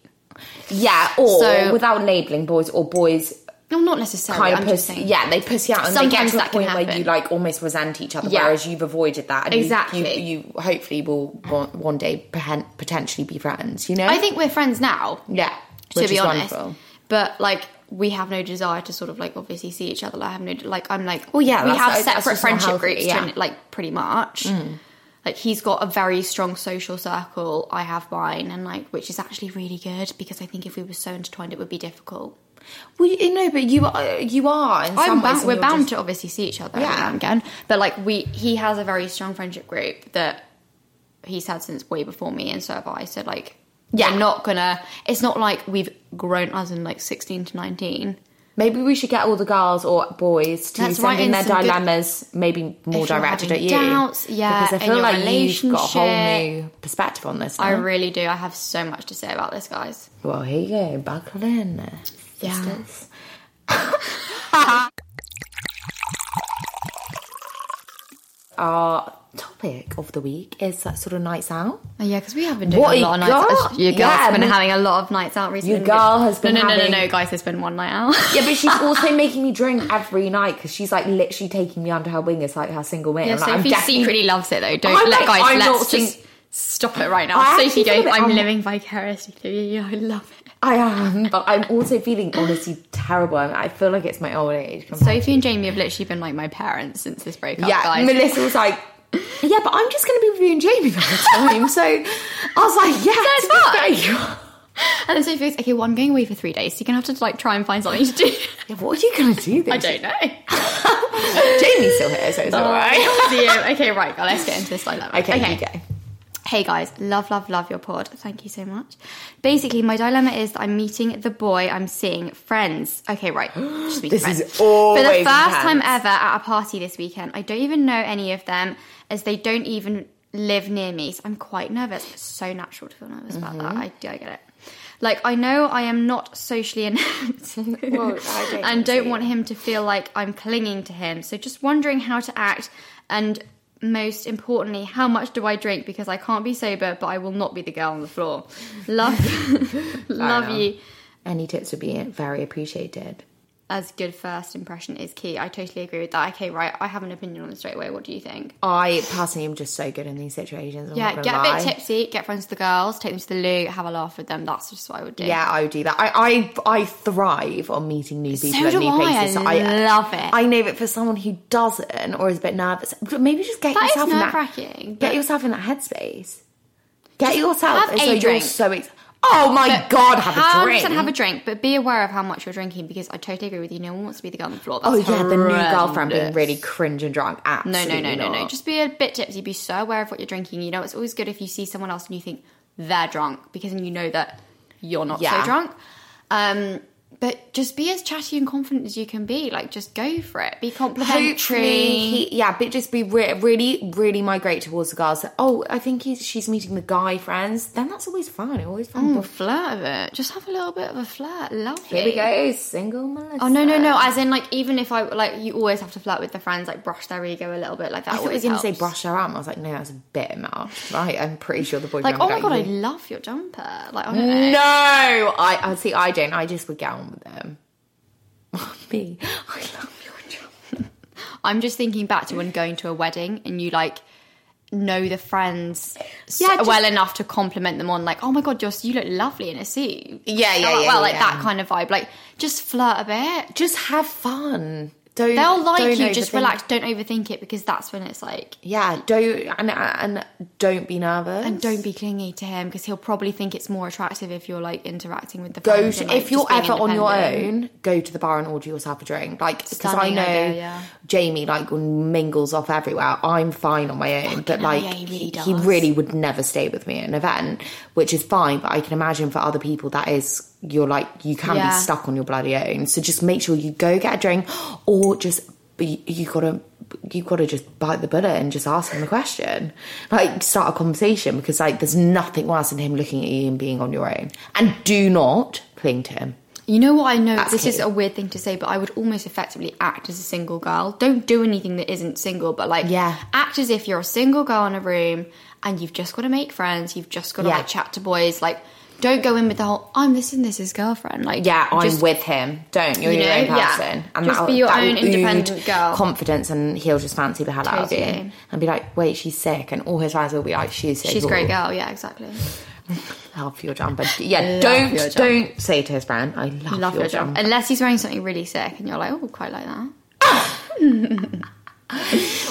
[SPEAKER 1] yeah. Or
[SPEAKER 2] So-
[SPEAKER 1] without labeling boys, or boys
[SPEAKER 2] No, not necessarily.
[SPEAKER 1] kind
[SPEAKER 2] I'm
[SPEAKER 1] of
[SPEAKER 2] just
[SPEAKER 1] pussy.
[SPEAKER 2] saying.
[SPEAKER 1] Yeah, they pussy out and
[SPEAKER 2] Sometimes
[SPEAKER 1] they get
[SPEAKER 2] that
[SPEAKER 1] to
[SPEAKER 2] can
[SPEAKER 1] a point where
[SPEAKER 2] happen.
[SPEAKER 1] you like almost resent each other.
[SPEAKER 2] Yeah.
[SPEAKER 1] Whereas you've avoided that. And you-
[SPEAKER 2] Exactly.
[SPEAKER 1] You, you, hopefully will want, one day poten- potentially be friends. You know.
[SPEAKER 2] I think we're friends now.
[SPEAKER 1] Yeah.
[SPEAKER 2] to
[SPEAKER 1] which
[SPEAKER 2] be
[SPEAKER 1] is
[SPEAKER 2] honest.
[SPEAKER 1] wonderful.
[SPEAKER 2] But like we have no desire to sort of like obviously see each other. Like I have no like I'm like
[SPEAKER 1] Well, yeah,
[SPEAKER 2] we
[SPEAKER 1] that's- that's
[SPEAKER 2] have separate
[SPEAKER 1] just not
[SPEAKER 2] friendship
[SPEAKER 1] healthy,
[SPEAKER 2] groups
[SPEAKER 1] yeah. Mm.
[SPEAKER 2] to, like pretty much. Like he's got a very strong social circle, I have mine and like which is actually really good because I think if we were so intertwined it would be difficult.
[SPEAKER 1] Well, you know, but you are you are. In
[SPEAKER 2] I'm
[SPEAKER 1] some
[SPEAKER 2] bound,
[SPEAKER 1] ways,
[SPEAKER 2] we're
[SPEAKER 1] you're
[SPEAKER 2] bound
[SPEAKER 1] just-
[SPEAKER 2] to obviously see each other
[SPEAKER 1] Yeah.
[SPEAKER 2] every now and again. But like we he has a very strong friendship group that he's had since way before me and so have I. So like
[SPEAKER 1] Yeah.
[SPEAKER 2] we're not gonna it's not like we've grown as in like sixteen to nineteen.
[SPEAKER 1] Maybe we should get all the girls or boys to
[SPEAKER 2] Let's
[SPEAKER 1] send
[SPEAKER 2] write
[SPEAKER 1] in
[SPEAKER 2] in
[SPEAKER 1] their
[SPEAKER 2] some good-
[SPEAKER 1] dilemmas, maybe more
[SPEAKER 2] If you're
[SPEAKER 1] directed at
[SPEAKER 2] having
[SPEAKER 1] you.
[SPEAKER 2] doubts, yeah,
[SPEAKER 1] because I
[SPEAKER 2] in
[SPEAKER 1] feel
[SPEAKER 2] your
[SPEAKER 1] like you've got a whole
[SPEAKER 2] relationship.
[SPEAKER 1] new perspective on this.
[SPEAKER 2] I
[SPEAKER 1] now.
[SPEAKER 2] really do. I have so much to say about this, guys.
[SPEAKER 1] well, here you go, buckle in,
[SPEAKER 2] Yeah.
[SPEAKER 1] sisters. Our topic of the week is that sort of nights out.
[SPEAKER 2] Oh, yeah, because we have been doing
[SPEAKER 1] What a
[SPEAKER 2] a lot of nights out.
[SPEAKER 1] girl.
[SPEAKER 2] Your girl's
[SPEAKER 1] Yeah,
[SPEAKER 2] been
[SPEAKER 1] but-
[SPEAKER 2] having a lot of nights out recently.
[SPEAKER 1] Your girl has been
[SPEAKER 2] No, no,
[SPEAKER 1] having-
[SPEAKER 2] no, no, no, guys. There's been one night out.
[SPEAKER 1] Yeah, but she's also making me drink every night because she's like literally taking me under her wing as like her single wing.
[SPEAKER 2] Yeah,
[SPEAKER 1] I'm like, I'm
[SPEAKER 2] Sophie
[SPEAKER 1] definitely
[SPEAKER 2] secretly loves it though. Don't
[SPEAKER 1] I'm
[SPEAKER 2] let
[SPEAKER 1] like,
[SPEAKER 2] guys.
[SPEAKER 1] I'm
[SPEAKER 2] let's
[SPEAKER 1] not
[SPEAKER 2] just stop it right now.
[SPEAKER 1] I
[SPEAKER 2] Sophie
[SPEAKER 1] actually feel a
[SPEAKER 2] goes.
[SPEAKER 1] bit
[SPEAKER 2] I'm
[SPEAKER 1] un-
[SPEAKER 2] living vicariously through you. I love it.
[SPEAKER 1] I am, but I'm also feeling honestly terrible. I'm- I feel like it's my old age. compared-
[SPEAKER 2] Sophie and Jamie have literally been like my parents since this breakup.
[SPEAKER 1] yeah,
[SPEAKER 2] guys.
[SPEAKER 1] Melissa was like, "Yeah, but I'm just going to be with you and Jamie the whole time." So I was like, "Yeah,
[SPEAKER 2] That's
[SPEAKER 1] it's fine."
[SPEAKER 2] and then Sophie goes, "Okay, well, I'm going away for three days. So you're gonna have to like try and find something to do."
[SPEAKER 1] Yeah, what are you going to do? Then?
[SPEAKER 2] I don't know.
[SPEAKER 1] Jamie's still here, so it's all right.
[SPEAKER 2] Dear. Okay, right, girl, let's get into this dilemma.
[SPEAKER 1] Okay, you go.
[SPEAKER 2] Hey guys, love, love, love your pod. Thank you so much. Basically, my dilemma is that I'm meeting the boy I'm seeing friends. Okay, right. Just meeting
[SPEAKER 1] This
[SPEAKER 2] friends.
[SPEAKER 1] is always
[SPEAKER 2] For the first
[SPEAKER 1] intense.
[SPEAKER 2] time ever at a party this weekend, I don't even know any of them as they don't even live near me. So I'm quite nervous. It's so natural to feel nervous about that.
[SPEAKER 1] Mm-hmm.
[SPEAKER 2] I do, I get it. Like, I know I am not socially inept
[SPEAKER 1] Well, I don't
[SPEAKER 2] and
[SPEAKER 1] see
[SPEAKER 2] don't want him to feel like I'm clinging to him. So just wondering how to act and most importantly, how much do I drink because I can't be sober, but I will not be the girl on the floor. Love love
[SPEAKER 1] enough.
[SPEAKER 2] you.
[SPEAKER 1] Any tips would be very appreciated.
[SPEAKER 2] As good first impression is key. I totally agree with that. Okay, right. I have an opinion on this straight away. What do you think?
[SPEAKER 1] I personally am just so good in these situations. I'm
[SPEAKER 2] yeah,
[SPEAKER 1] not
[SPEAKER 2] get
[SPEAKER 1] gonna
[SPEAKER 2] a bit
[SPEAKER 1] lie.
[SPEAKER 2] tipsy, get friends with the girls, take them to the loo, have a laugh with them. That's just what I would do.
[SPEAKER 1] Yeah, I would do that. I, I I thrive on meeting new people at
[SPEAKER 2] do
[SPEAKER 1] new
[SPEAKER 2] I.
[SPEAKER 1] places.
[SPEAKER 2] I love it.
[SPEAKER 1] I know, but for someone who doesn't or is a bit nervous, maybe just get
[SPEAKER 2] That is
[SPEAKER 1] yourself in that.
[SPEAKER 2] nerve-wracking,
[SPEAKER 1] Get
[SPEAKER 2] but-
[SPEAKER 1] yourself in that headspace. Get yourself
[SPEAKER 2] have
[SPEAKER 1] and
[SPEAKER 2] a
[SPEAKER 1] so you're
[SPEAKER 2] drink.
[SPEAKER 1] so ex- Oh my god, have a
[SPEAKER 2] 100%
[SPEAKER 1] drink.
[SPEAKER 2] have a drink, but be aware of how much you're drinking because I totally agree with you. No one wants to be the girl on the floor. That's
[SPEAKER 1] oh yeah, the new girlfriend
[SPEAKER 2] horrendous.
[SPEAKER 1] being really cringe and drunk.
[SPEAKER 2] No,
[SPEAKER 1] Absolutely
[SPEAKER 2] no, no, no, no.
[SPEAKER 1] not.
[SPEAKER 2] Just be a bit tipsy. Be so aware of what you're drinking. You know, it's always good if you see someone else and you think they're drunk because then you know that you're not
[SPEAKER 1] Yeah.
[SPEAKER 2] so drunk. Um, but just be as chatty and confident as you can be. Like, just go for it. Be complimentary.
[SPEAKER 1] Hopefully, he, yeah, but just be re- really, really migrate towards the girls. Oh, I think he's, she's meeting the guy friends. Then that's always fun. Always fun.
[SPEAKER 2] Ooh, flirt of it. Just have a little bit of a flirt. Love
[SPEAKER 1] Here we go, single Melissa.
[SPEAKER 2] Oh no no no! As in, like, even if I like, you always have to flirt with the friends, like, brush their ego a little bit, like that.
[SPEAKER 1] I thought we were
[SPEAKER 2] always
[SPEAKER 1] going to say
[SPEAKER 2] helps.
[SPEAKER 1] brush her arm. I was like, no, that's a bit much. Right? I'm pretty sure the boyfriend
[SPEAKER 2] Like, oh my
[SPEAKER 1] would
[SPEAKER 2] god, I
[SPEAKER 1] you. Mm.
[SPEAKER 2] love your jumper. Like, I
[SPEAKER 1] No, I, I see. I don't. I just would get on with them. Me, I love your job.
[SPEAKER 2] I'm just thinking back to when going to a wedding and you like know the friends so
[SPEAKER 1] Yeah, just-
[SPEAKER 2] well enough to compliment them on like, oh my god, you're, you look lovely in a suit.
[SPEAKER 1] Yeah, yeah,
[SPEAKER 2] Oh,
[SPEAKER 1] yeah,
[SPEAKER 2] Well,
[SPEAKER 1] yeah,
[SPEAKER 2] like
[SPEAKER 1] yeah.
[SPEAKER 2] that kind of vibe. Like just flirt a bit.
[SPEAKER 1] Just have fun. Don't
[SPEAKER 2] They'll like
[SPEAKER 1] don't
[SPEAKER 2] you, just
[SPEAKER 1] overthink-
[SPEAKER 2] relax, don't overthink it because that's when it's like,
[SPEAKER 1] Yeah, don't and and don't be nervous.
[SPEAKER 2] and don't be clingy to him because he'll probably think it's more attractive if you're like interacting with the
[SPEAKER 1] go
[SPEAKER 2] fans
[SPEAKER 1] to,
[SPEAKER 2] and, like,
[SPEAKER 1] if you're
[SPEAKER 2] just being
[SPEAKER 1] ever on your
[SPEAKER 2] independent.
[SPEAKER 1] own go to the bar and order yourself a drink like because i
[SPEAKER 2] Stunning
[SPEAKER 1] know
[SPEAKER 2] idea, yeah.
[SPEAKER 1] jamie like mingles off everywhere i'm fine on my own but
[SPEAKER 2] hell,
[SPEAKER 1] like
[SPEAKER 2] yeah, he really
[SPEAKER 1] he-
[SPEAKER 2] does.
[SPEAKER 1] he really would never stay with me at an event which is fine but i can imagine for other people that is you're like you can
[SPEAKER 2] Yeah.
[SPEAKER 1] be stuck on your bloody own so just make sure you go get a drink or just you, you gotta you gotta just bite the bullet and just ask him a question like start a conversation because like there's nothing worse than him looking at you and being on your own and do not cling to him
[SPEAKER 2] You know what I know?
[SPEAKER 1] That's
[SPEAKER 2] this is
[SPEAKER 1] key.
[SPEAKER 2] a weird thing to say, but I would almost effectively act as a single girl. Don't do anything that isn't single, but like,
[SPEAKER 1] Yeah.
[SPEAKER 2] act as if you're a single girl in a room and you've just got to make friends. You've just got to
[SPEAKER 1] Yeah.
[SPEAKER 2] like chat to boys. Like, don't go in with the whole "I'm this and this is girlfriend." Like,
[SPEAKER 1] yeah i'm
[SPEAKER 2] just-
[SPEAKER 1] with him don't you're
[SPEAKER 2] You
[SPEAKER 1] your
[SPEAKER 2] know,
[SPEAKER 1] own
[SPEAKER 2] yeah.
[SPEAKER 1] person and
[SPEAKER 2] Just
[SPEAKER 1] that'll-
[SPEAKER 2] be your
[SPEAKER 1] that will
[SPEAKER 2] own independent
[SPEAKER 1] ood
[SPEAKER 2] girl.
[SPEAKER 1] confidence and he'll just fancy the hell out of you
[SPEAKER 2] Totally.
[SPEAKER 1] and be like wait she's sick and all his friends will be like she's sick
[SPEAKER 2] She's a great
[SPEAKER 1] Ooh.
[SPEAKER 2] girl. Yeah, exactly.
[SPEAKER 1] love your jumper. Yeah,
[SPEAKER 2] Love
[SPEAKER 1] don't
[SPEAKER 2] your jumper.
[SPEAKER 1] don't say to his friend, I love,
[SPEAKER 2] Love
[SPEAKER 1] your,
[SPEAKER 2] your job.
[SPEAKER 1] jumper.
[SPEAKER 2] Unless he's wearing something really sick, and you're like, "Oh, quite like that."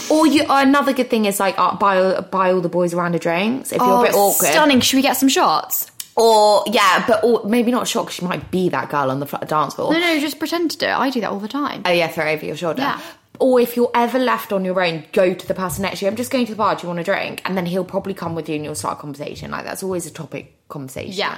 [SPEAKER 1] Or you or another good thing is like uh, buy all- buy all the boys around the drinks if you're a bit awkward.
[SPEAKER 2] Oh, Stunning. Should we get some shots?
[SPEAKER 1] Or yeah, but or, maybe not shocked. She might be that girl on the fl- dance floor.
[SPEAKER 2] No, no, just pretend to do it. I do that all the time.
[SPEAKER 1] Oh yeah, throw it over your shoulder.
[SPEAKER 2] Yeah.
[SPEAKER 1] Or if you're ever left on your own, go to the person next to you. I'm just going to the bar. Do you want a drink? And then he'll probably come with you, and you'll start a conversation. Like that's always a topic conversation.
[SPEAKER 2] Yeah.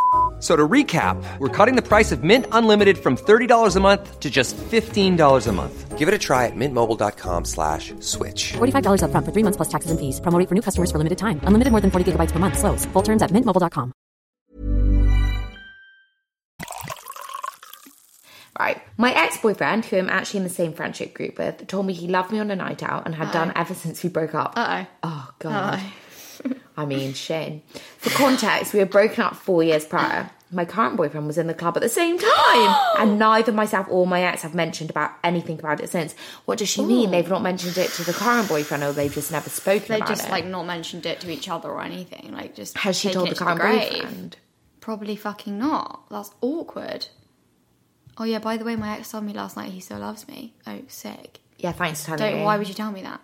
[SPEAKER 3] So to recap, we're cutting the price of Mint Unlimited from $30 a month to just $15 a month. Give it a try at mintmobile.com slash switch.
[SPEAKER 4] $45 upfront for three months plus taxes and fees. Promote for new customers for limited time. Unlimited more than 40 gigabytes per month. Slows. Full terms at mintmobile.com.
[SPEAKER 1] Right. My ex boyfriend, who I'm actually in the same friendship group with, told me he loved me on a night out and had done ever since we broke up.
[SPEAKER 2] Uh-oh.
[SPEAKER 1] Oh god. I mean, shame. For context, we were broken up four years prior. My current boyfriend was in the club at the same time, and neither myself or my ex have mentioned about anything about it since. What does she mean? They've not mentioned it to the current boyfriend, or they've just never spoken
[SPEAKER 2] They've
[SPEAKER 1] about
[SPEAKER 2] just
[SPEAKER 1] it.
[SPEAKER 2] like not mentioned it to each other or anything. Like just
[SPEAKER 1] Has she
[SPEAKER 2] taken
[SPEAKER 1] told
[SPEAKER 2] it
[SPEAKER 1] the
[SPEAKER 2] to the
[SPEAKER 1] current
[SPEAKER 2] grave.
[SPEAKER 1] boyfriend?
[SPEAKER 2] Probably fucking not. That's awkward. Oh yeah, by the way, my ex told me last night he still loves me. Oh, sick.
[SPEAKER 1] Yeah, thanks, Tony.
[SPEAKER 2] Don't why would you tell me that?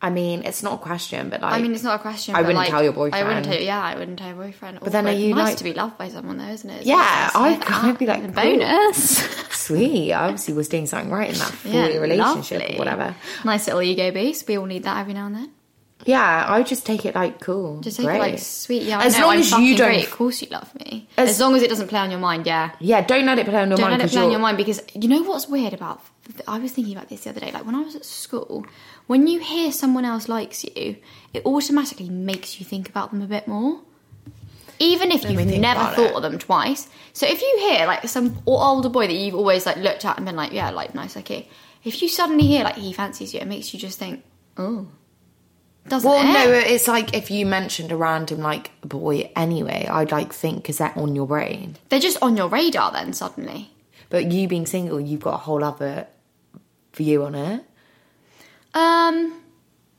[SPEAKER 1] I mean, it's not a question, but like,
[SPEAKER 2] I mean it's not a question.
[SPEAKER 1] I
[SPEAKER 2] but,
[SPEAKER 1] wouldn't
[SPEAKER 2] like,
[SPEAKER 1] tell your
[SPEAKER 2] I
[SPEAKER 1] boyfriend.
[SPEAKER 2] wouldn't tell yeah, I wouldn't tell your boyfriend. But
[SPEAKER 1] then are you,
[SPEAKER 2] nice
[SPEAKER 1] like-
[SPEAKER 2] to be loved by someone though, isn't it? It's
[SPEAKER 1] Yeah,
[SPEAKER 2] nice to
[SPEAKER 1] I-
[SPEAKER 2] say that.
[SPEAKER 1] I'd be like,
[SPEAKER 2] And
[SPEAKER 1] cool.
[SPEAKER 2] bonus.
[SPEAKER 1] sweet. I obviously was doing something right in that four-year
[SPEAKER 2] yeah,
[SPEAKER 1] relationship
[SPEAKER 2] lovely.
[SPEAKER 1] or whatever.
[SPEAKER 2] Nice little ego boost. We all need that every now and then.
[SPEAKER 1] Yeah, I would just take it like cool.
[SPEAKER 2] Just take
[SPEAKER 1] great.
[SPEAKER 2] it like sweet. Yeah,
[SPEAKER 1] as
[SPEAKER 2] I know,
[SPEAKER 1] long
[SPEAKER 2] I'm
[SPEAKER 1] as you
[SPEAKER 2] fucking
[SPEAKER 1] don't.
[SPEAKER 2] Great. Of course, you love me.
[SPEAKER 1] As-
[SPEAKER 2] as long as it doesn't play on your mind. Yeah.
[SPEAKER 1] Yeah, don't let it play on your
[SPEAKER 2] Don't
[SPEAKER 1] mind.
[SPEAKER 2] let it
[SPEAKER 1] 'cause
[SPEAKER 2] play on
[SPEAKER 1] you're-
[SPEAKER 2] your mind because you know what's weird about. I was thinking about this the other day. Like when I was at school, when you hear someone else likes you, it automatically makes you think about them a bit more. Even if you
[SPEAKER 1] think
[SPEAKER 2] never
[SPEAKER 1] about
[SPEAKER 2] thought
[SPEAKER 1] it.
[SPEAKER 2] of them twice. So if you hear like some o- older boy that you've always like looked at and been like, yeah, like nice, okay. If you suddenly hear like he fancies you, it makes you just think, oh, doesn't
[SPEAKER 1] Well,
[SPEAKER 2] it?
[SPEAKER 1] no, it's like if you mentioned a random like boy anyway, I'd like think because they're on your brain.
[SPEAKER 2] They're just on your radar then suddenly.
[SPEAKER 1] But you being single, you've got a whole other view on it.
[SPEAKER 2] Um,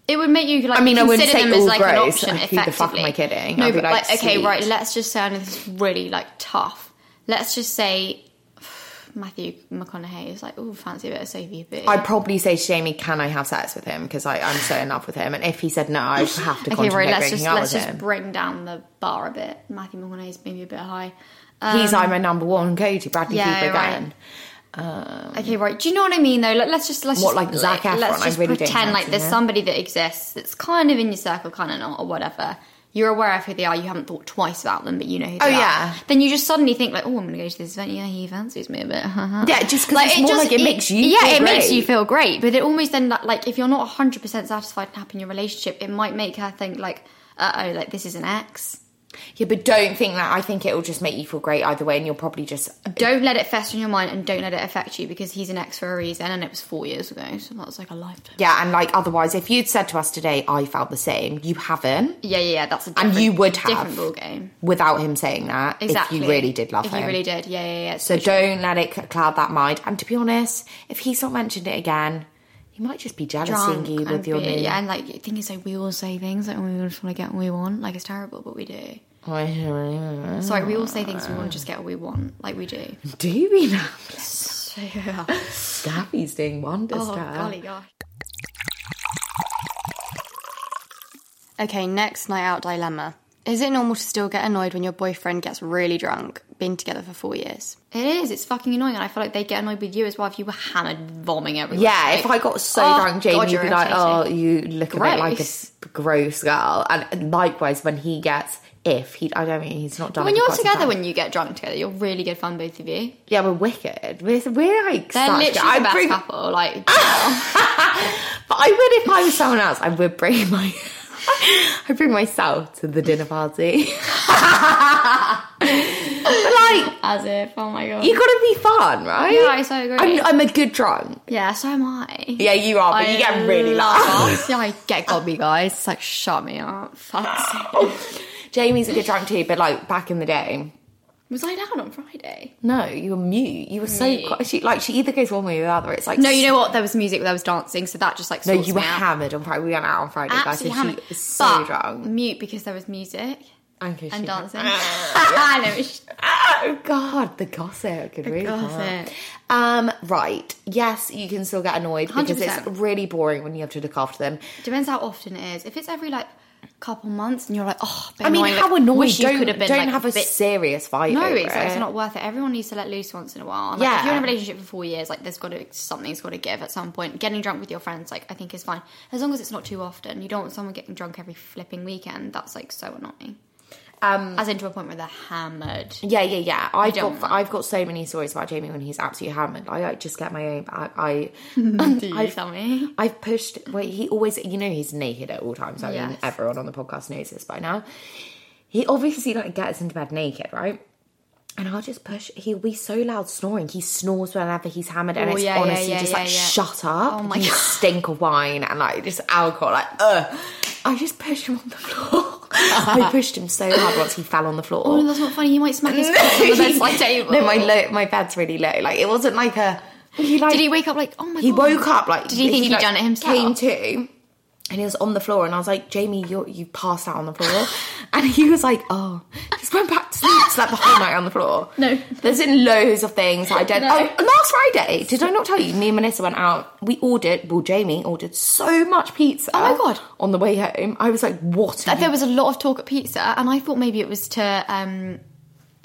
[SPEAKER 2] it would make you like.
[SPEAKER 1] I mean, I wouldn't
[SPEAKER 2] consider
[SPEAKER 1] say
[SPEAKER 2] them as
[SPEAKER 1] all
[SPEAKER 2] like
[SPEAKER 1] gross.
[SPEAKER 2] an option.
[SPEAKER 1] Like, who
[SPEAKER 2] effectively.
[SPEAKER 1] the fuck am I kidding?
[SPEAKER 2] No,
[SPEAKER 1] I'd be
[SPEAKER 2] but
[SPEAKER 1] like,
[SPEAKER 2] like, okay,
[SPEAKER 1] sweet.
[SPEAKER 2] right. Let's just say and this is really like tough. Let's just say Matthew McConaughey is like, oh, fancy a bit of Sophie B.
[SPEAKER 1] I'd probably say to Jamie, "Can I have sex with him?" Because I'm so in love with him. And if he said no, I'd have to
[SPEAKER 2] okay,
[SPEAKER 1] contemplate
[SPEAKER 2] right. Let's
[SPEAKER 1] breaking
[SPEAKER 2] just
[SPEAKER 1] up
[SPEAKER 2] let's
[SPEAKER 1] with
[SPEAKER 2] just
[SPEAKER 1] him.
[SPEAKER 2] bring down the bar a bit. Matthew McConaughey's maybe a bit high.
[SPEAKER 1] He's like my number one go-to, Bradley
[SPEAKER 2] um, Yeah,
[SPEAKER 1] Cooper
[SPEAKER 2] right.
[SPEAKER 1] again.
[SPEAKER 2] Okay, right. Do you know what I mean though? Like, let's just let's
[SPEAKER 1] What,
[SPEAKER 2] just,
[SPEAKER 1] like Zac Efron?
[SPEAKER 2] Let's
[SPEAKER 1] I
[SPEAKER 2] just
[SPEAKER 1] really don't
[SPEAKER 2] pretend like
[SPEAKER 1] fancy
[SPEAKER 2] there's
[SPEAKER 1] him.
[SPEAKER 2] somebody that exists that's kind of in your circle, kind of not, or whatever. you're aware of who they are, you haven't thought twice about them, but you know who they
[SPEAKER 5] Oh,
[SPEAKER 2] are.
[SPEAKER 5] yeah.
[SPEAKER 2] Then you just suddenly think like, oh, I'm gonna go to this event. Yeah, he fancies me a bit.
[SPEAKER 5] Yeah, just 'cause it's more like it makes you
[SPEAKER 2] Yeah,
[SPEAKER 5] feel
[SPEAKER 2] it makes
[SPEAKER 5] great.
[SPEAKER 2] you feel great, but it almost then like- like if you're not 100 percent satisfied and happy in your relationship, it might make her think like, uh oh, like this is an ex.
[SPEAKER 1] Yeah, but don't think that. I think it will just make you feel great either way, and you'll probably just.
[SPEAKER 2] Don't let it fester in your mind, and don't let it affect you because he's an ex for a reason, and it was four years ago, so that was like a lifetime.
[SPEAKER 1] Yeah, and like otherwise, if you'd said to us today, I felt the same, you haven't.
[SPEAKER 2] Yeah, yeah, yeah that's a
[SPEAKER 1] And
[SPEAKER 2] different,
[SPEAKER 1] you would have.
[SPEAKER 2] different ball game.
[SPEAKER 1] Without him saying that,
[SPEAKER 2] Exactly.
[SPEAKER 1] if you really did love
[SPEAKER 2] if
[SPEAKER 1] him.
[SPEAKER 2] you really did, yeah, yeah, yeah.
[SPEAKER 1] So don't let it cloud that mind. And to be honest, if he's not mentioned it again, he might just be jealous seeing you
[SPEAKER 2] and
[SPEAKER 1] with your
[SPEAKER 2] be-
[SPEAKER 1] new.
[SPEAKER 2] Yeah, and like the thing is, like we all say things like we just want to get what we want. Like it's terrible, but we do. Sorry, we all say things we want to just get what we want, like we do.
[SPEAKER 1] Do we now?
[SPEAKER 2] So, yeah.
[SPEAKER 1] Gabby's doing wonders,
[SPEAKER 2] Oh
[SPEAKER 1] girl.
[SPEAKER 2] golly gosh.
[SPEAKER 5] Okay, next night out dilemma. Is it normal to still get annoyed when your boyfriend gets really drunk? Been together for four years.
[SPEAKER 2] It is. It's fucking annoying, and I feel like they get annoyed with you as well if you were hammered, vomiting everywhere.
[SPEAKER 1] Yeah, if I
[SPEAKER 2] Like,
[SPEAKER 1] got so
[SPEAKER 2] oh,
[SPEAKER 1] drunk, Jamie
[SPEAKER 2] God,
[SPEAKER 1] would
[SPEAKER 2] you're
[SPEAKER 1] be like, "Oh,
[SPEAKER 2] irritating.
[SPEAKER 1] you look a bit like a
[SPEAKER 2] Gross.
[SPEAKER 1] gross girl." And likewise, when he gets, if he, I don't mean he's not done.
[SPEAKER 2] When
[SPEAKER 1] it for
[SPEAKER 2] you're
[SPEAKER 1] quite some
[SPEAKER 2] together,
[SPEAKER 1] time.
[SPEAKER 2] when you get drunk together, you're really good fun, both of you.
[SPEAKER 1] yeah, we're wicked. We're, we're like
[SPEAKER 2] They're
[SPEAKER 1] such-
[SPEAKER 2] literally
[SPEAKER 1] I
[SPEAKER 2] the best
[SPEAKER 1] bring-
[SPEAKER 2] couple. Like,
[SPEAKER 1] Ah! But I would if I was someone else. I would bring my, I bring myself to the dinner party. but like,
[SPEAKER 2] as if, oh my god.
[SPEAKER 1] you gotta be fun, right?
[SPEAKER 2] Yeah, I so agree.
[SPEAKER 1] I'm, I'm a good drunk.
[SPEAKER 2] yeah, so am I.
[SPEAKER 1] Yeah, you are, but you get really loud.
[SPEAKER 2] lost. yeah, I get gobby, guys. It's like, shut me up. Fuck.
[SPEAKER 1] Jamie's a good drunk too, but like back in the day.
[SPEAKER 2] Was I down on Friday?
[SPEAKER 1] No, you were mute. You were so quiet. She like she either goes one way or the other. It's like
[SPEAKER 2] No, you know what? There was music, there was dancing, so that just like
[SPEAKER 1] No,
[SPEAKER 2] sorts
[SPEAKER 1] you
[SPEAKER 2] me
[SPEAKER 1] were
[SPEAKER 2] out.
[SPEAKER 1] hammered on Friday. We went out on Friday, guys,
[SPEAKER 2] Absolutely
[SPEAKER 1] and
[SPEAKER 2] hammered.
[SPEAKER 1] she was so
[SPEAKER 2] But
[SPEAKER 1] drunk.
[SPEAKER 2] Mute because there was music
[SPEAKER 1] Okay,
[SPEAKER 2] and
[SPEAKER 1] she- Ah.
[SPEAKER 2] dancing. I know. it's-
[SPEAKER 1] Oh God, the gossip could really come
[SPEAKER 2] gossip.
[SPEAKER 1] up. Um, right. Yes, you can still get annoyed because it's
[SPEAKER 2] 100%.
[SPEAKER 1] really boring when you have to look after them.
[SPEAKER 2] Depends how often it is. If it's every like couple months and you're like, oh, a bit
[SPEAKER 1] I mean,
[SPEAKER 2] annoying,
[SPEAKER 1] how
[SPEAKER 2] like,
[SPEAKER 1] annoying!
[SPEAKER 2] wish you
[SPEAKER 1] Don't,
[SPEAKER 2] could have been,
[SPEAKER 1] don't
[SPEAKER 2] like,
[SPEAKER 1] have a
[SPEAKER 2] bit-
[SPEAKER 1] serious fight.
[SPEAKER 2] No,
[SPEAKER 1] over
[SPEAKER 2] it's, like, it's
[SPEAKER 1] it.
[SPEAKER 2] not worth it. Everyone needs to let loose once in a while. And, Like,
[SPEAKER 1] Yeah.
[SPEAKER 2] If you're in a relationship for four years, like there's got to something's got to give at some point. Getting drunk with your friends, like I think, is fine as long as it's not too often. You don't want someone getting drunk every flipping weekend. That's like so annoying. Um, as in to a point where they're hammered.
[SPEAKER 1] Yeah, yeah, yeah. I've
[SPEAKER 2] don't
[SPEAKER 1] got
[SPEAKER 2] want
[SPEAKER 1] I've got so many stories about Jamie when he's absolutely hammered. I like just get my own back. I
[SPEAKER 2] Do you
[SPEAKER 1] I've-
[SPEAKER 2] tell me?
[SPEAKER 1] I've pushed. Well, he always, you know, he's naked at all times. I mean,
[SPEAKER 2] Yes.
[SPEAKER 1] everyone on the podcast knows this by now. He obviously like gets into bed naked, right? And I'll just push. He'll be so loud snoring. He snores whenever he's hammered, and
[SPEAKER 2] Oh,
[SPEAKER 1] it's
[SPEAKER 2] yeah, yeah,
[SPEAKER 1] honestly
[SPEAKER 2] yeah,
[SPEAKER 1] just
[SPEAKER 2] yeah,
[SPEAKER 1] like
[SPEAKER 2] yeah.
[SPEAKER 1] shut up.
[SPEAKER 2] Oh, my
[SPEAKER 1] you
[SPEAKER 2] God.
[SPEAKER 1] stink of wine and like just alcohol. Like, ugh. I just push him on the floor. I pushed him so hard once he fell on the floor.
[SPEAKER 2] Oh, that's not funny. You might smack his face on the bedside table.
[SPEAKER 1] No, my low, my bed's really low. Like it wasn't like a. He like,
[SPEAKER 2] Did he wake up like, oh my
[SPEAKER 1] he
[SPEAKER 2] god?
[SPEAKER 1] woke up like.
[SPEAKER 2] Did he think he
[SPEAKER 1] like,
[SPEAKER 2] done it himself?
[SPEAKER 1] Came to, and he was on the floor, and I was like, Jamie, you you passed out on the floor, and he was like, oh, just went back to sleep, slept the whole night on the floor.
[SPEAKER 2] No.
[SPEAKER 1] there's been loads of things that I did.
[SPEAKER 2] No.
[SPEAKER 1] Oh, and last Friday, did I not tell you? Me and Melissa went out. We ordered. Well, Jamie ordered so much pizza.
[SPEAKER 2] Oh my God.
[SPEAKER 1] On the way home, I was like, what? are
[SPEAKER 2] That There
[SPEAKER 1] you
[SPEAKER 2] was a lot of talk at pizza, and I thought maybe it was to um,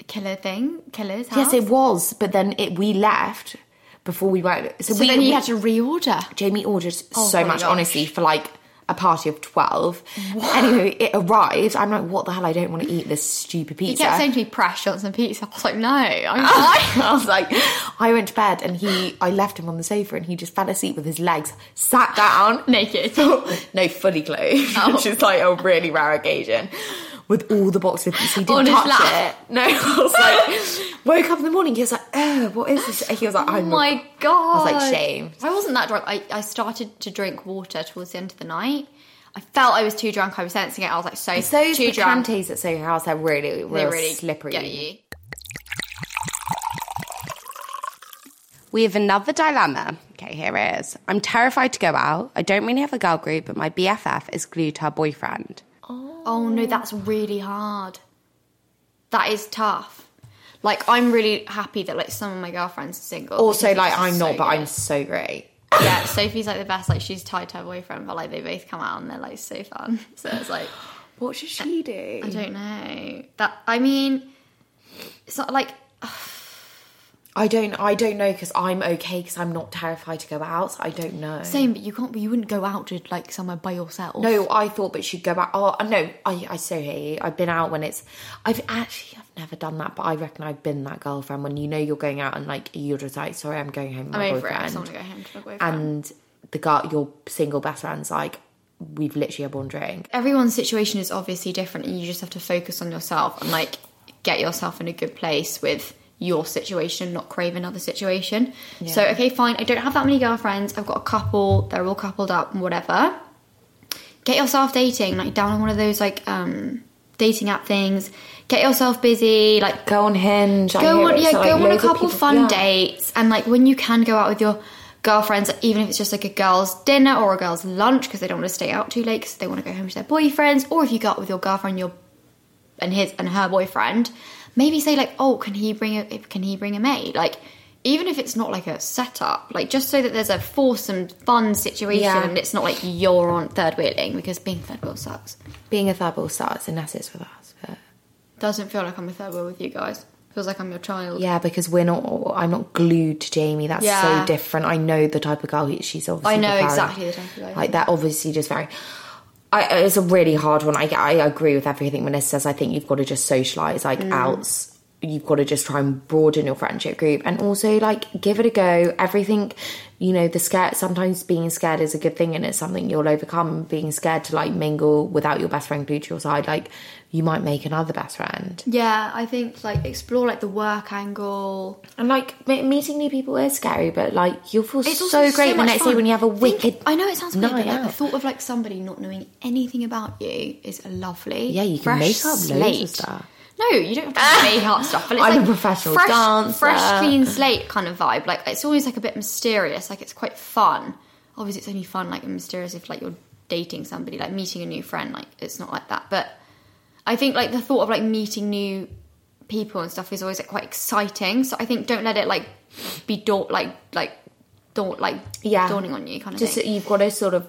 [SPEAKER 2] killer thing, killer's
[SPEAKER 1] Yes,
[SPEAKER 2] house.
[SPEAKER 1] it was, but then it we left before we went. So,
[SPEAKER 2] So
[SPEAKER 1] we,
[SPEAKER 2] then he
[SPEAKER 1] we-
[SPEAKER 2] had to reorder.
[SPEAKER 1] Jamie ordered so
[SPEAKER 2] Oh my
[SPEAKER 1] much,
[SPEAKER 2] gosh.
[SPEAKER 1] honestly, for like a party of twelve. Anyway, it arrived. I'm like, what the hell? I don't want to eat this stupid
[SPEAKER 2] He
[SPEAKER 1] pizza.
[SPEAKER 2] kept saying to me, "Press on some pizza." I was like, "No, I'm fine."
[SPEAKER 1] I was like, I went to bed and he, I left him on the sofa and he just fell asleep with his legs sat down
[SPEAKER 2] Naked. Oh.
[SPEAKER 1] no, fully clothed, which is like a really rare occasion. With all the box of pizza, he didn't
[SPEAKER 2] On his
[SPEAKER 1] touch
[SPEAKER 2] lap.
[SPEAKER 1] it. No, I was like, woke up in the morning. He was like, oh, what is this? He was like,
[SPEAKER 2] Oh
[SPEAKER 1] I'm
[SPEAKER 2] my god!
[SPEAKER 1] I was like, shame.
[SPEAKER 2] I wasn't that drunk. I, I started to drink water towards the end of the night. I felt I was too drunk. I was sensing it. I was like, so
[SPEAKER 1] It's those
[SPEAKER 2] too drunk.
[SPEAKER 1] picantes at Soho House, they're really,
[SPEAKER 2] They
[SPEAKER 1] real
[SPEAKER 2] really
[SPEAKER 1] slippery.
[SPEAKER 2] get you.
[SPEAKER 6] We have another dilemma. Okay, here it is. I'm terrified to go out. I don't really have a girl group, but my BFF is glued to her boyfriend.
[SPEAKER 2] Oh no, that's really hard. That is tough. Like I'm really happy that like some of my girlfriends are single.
[SPEAKER 1] Also,
[SPEAKER 2] because
[SPEAKER 1] like,
[SPEAKER 2] it's
[SPEAKER 1] I'm
[SPEAKER 2] so
[SPEAKER 1] not, but I'm
[SPEAKER 2] good.
[SPEAKER 1] so great.
[SPEAKER 2] yeah. Sophie's like the best. Like she's tied to her boyfriend, but like they both come out and they're like so fun. So it's like
[SPEAKER 1] What should she do?
[SPEAKER 2] I don't know that. I mean, it's not like
[SPEAKER 1] I don't. I don't know because I'm okay because I'm not terrified to go out. So I don't know.
[SPEAKER 2] Same, but you can't. You wouldn't go out to like somewhere by yourself.
[SPEAKER 1] No, I thought, but she'd go back. Oh no, I I so hear you. I've been out when it's. I've actually I've never done that, but I reckon I've been that girlfriend when you know you're going out and like you're just like, sorry, I'm going home. With
[SPEAKER 2] I'm
[SPEAKER 1] my
[SPEAKER 2] over it. I
[SPEAKER 1] boyfriend.
[SPEAKER 2] just want to go home to my boyfriend.
[SPEAKER 1] And the girl, your single best friend's like, we've literally had one drink.
[SPEAKER 2] Everyone's situation is obviously different, and you just have to focus on yourself and like get yourself in a good place with your situation, not crave another situation. So okay, fine. I don't have that many girlfriends. I've got a couple. They're all coupled up and whatever. Get yourself dating, like down on one of those like um dating app things. Get yourself busy, like
[SPEAKER 1] Go on Hinge. I
[SPEAKER 2] go
[SPEAKER 1] hear
[SPEAKER 2] on
[SPEAKER 1] it's
[SPEAKER 2] yeah
[SPEAKER 1] like
[SPEAKER 2] go on a
[SPEAKER 1] loads of
[SPEAKER 2] couple
[SPEAKER 1] people-
[SPEAKER 2] fun
[SPEAKER 1] yeah.
[SPEAKER 2] dates and like when you can go out with your girlfriends even if it's just like a girl's dinner or a girl's lunch because they don't want to stay out too late because they want to go home to their boyfriends or if you go out with your girlfriend your and his and her boyfriend maybe say like oh can he bring a can he bring a mate like even if it's not like a setup like just so that there's a foursome fun situation
[SPEAKER 1] Yeah.
[SPEAKER 2] and it's not like you're on third wheeling because being third wheel sucks
[SPEAKER 1] Being a third wheel starts unless it's with us. But
[SPEAKER 2] doesn't feel like i'm a third wheel with you guys feels like i'm your child
[SPEAKER 1] yeah, because we're not. I'm not glued to Jamie. That's
[SPEAKER 2] Yeah.
[SPEAKER 1] so different. I know the type of girl he, she's obviously.
[SPEAKER 2] I know
[SPEAKER 1] preferring.
[SPEAKER 2] exactly the type of girl.
[SPEAKER 1] Like they're obviously just very. I, it's a really hard one. I, I agree with everything Vanessa says. I think you've got to just socialize, like
[SPEAKER 2] Mm.
[SPEAKER 1] outs. You've got to just try and broaden your friendship group, and also like give it a go. Everything, you know, the scare. Sometimes being scared is a good thing, and it's something you'll overcome. Being scared to like mingle without your best friend glued to your side, like you might make another best friend.
[SPEAKER 2] Yeah, I think like explore like the work angle.
[SPEAKER 1] And like me- meeting new people is scary, but like you'll feel
[SPEAKER 2] also
[SPEAKER 1] so great the
[SPEAKER 2] much
[SPEAKER 1] next day
[SPEAKER 2] fun.
[SPEAKER 1] when you have a
[SPEAKER 2] Think-
[SPEAKER 1] wicked.
[SPEAKER 2] I know it sounds weird, but
[SPEAKER 1] night
[SPEAKER 2] like, the
[SPEAKER 1] out.
[SPEAKER 2] thought of like somebody not knowing anything about you is lovely.
[SPEAKER 1] Yeah, you can
[SPEAKER 2] fresh
[SPEAKER 1] make up loads of
[SPEAKER 2] slate.
[SPEAKER 1] stuff.
[SPEAKER 2] No, you don't have to make up stuff. But it's
[SPEAKER 1] I'm a
[SPEAKER 2] like
[SPEAKER 1] professional
[SPEAKER 2] fresh,
[SPEAKER 1] dancer.
[SPEAKER 2] fresh, clean slate kind of vibe. Like it's always like a bit mysterious. Like it's quite fun. Obviously, it's only fun like and mysterious if like you're dating somebody, like meeting a new friend. Like it's not like that, but. I think like the thought of like meeting new people and stuff is always like quite exciting. So I think don't let it like be daunt like like daunt like
[SPEAKER 1] yeah,
[SPEAKER 2] dawning on you kind of
[SPEAKER 1] Just
[SPEAKER 2] thing.
[SPEAKER 1] you've got to sort of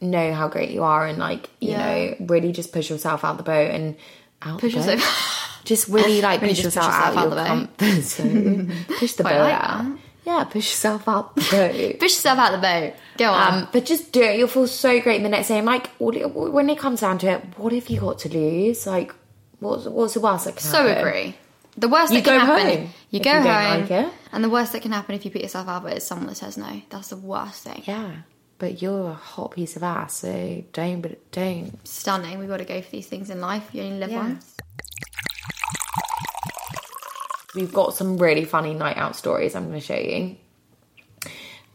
[SPEAKER 1] know how great you are, and like you
[SPEAKER 2] Yeah.
[SPEAKER 1] know, really just push yourself out the boat and out
[SPEAKER 2] Push
[SPEAKER 1] the boat.
[SPEAKER 2] yourself-
[SPEAKER 1] Just really like
[SPEAKER 2] Really
[SPEAKER 1] push,
[SPEAKER 2] just
[SPEAKER 1] yourself
[SPEAKER 2] push yourself
[SPEAKER 1] out,
[SPEAKER 2] out
[SPEAKER 1] of your
[SPEAKER 2] the boat.
[SPEAKER 1] comfort zone. push the boat
[SPEAKER 2] Quite like
[SPEAKER 1] out.
[SPEAKER 2] that.
[SPEAKER 1] Yeah, push yourself out the boat.
[SPEAKER 2] Push yourself out the boat. Go on.
[SPEAKER 1] Um, but just do it. You'll feel so great the next day. And like, all, when it comes down to it, what have you got to lose? Like, what's what's the worst that can
[SPEAKER 2] so
[SPEAKER 1] happen?
[SPEAKER 2] agree. The worst
[SPEAKER 1] You
[SPEAKER 2] that can
[SPEAKER 1] go
[SPEAKER 2] happen,
[SPEAKER 1] home
[SPEAKER 2] you
[SPEAKER 1] if
[SPEAKER 2] go
[SPEAKER 1] you don't
[SPEAKER 2] home,
[SPEAKER 1] like it.
[SPEAKER 2] and the worst that can happen if you put yourself out of it is someone that says no. That's the worst thing.
[SPEAKER 1] Yeah, but you're a hot piece of ass, so don't. But don't.
[SPEAKER 2] Stunning. We've got to go for these things in life. You only live
[SPEAKER 1] Yeah.
[SPEAKER 2] once.
[SPEAKER 1] We've got some really funny night out stories. I'm going to show you.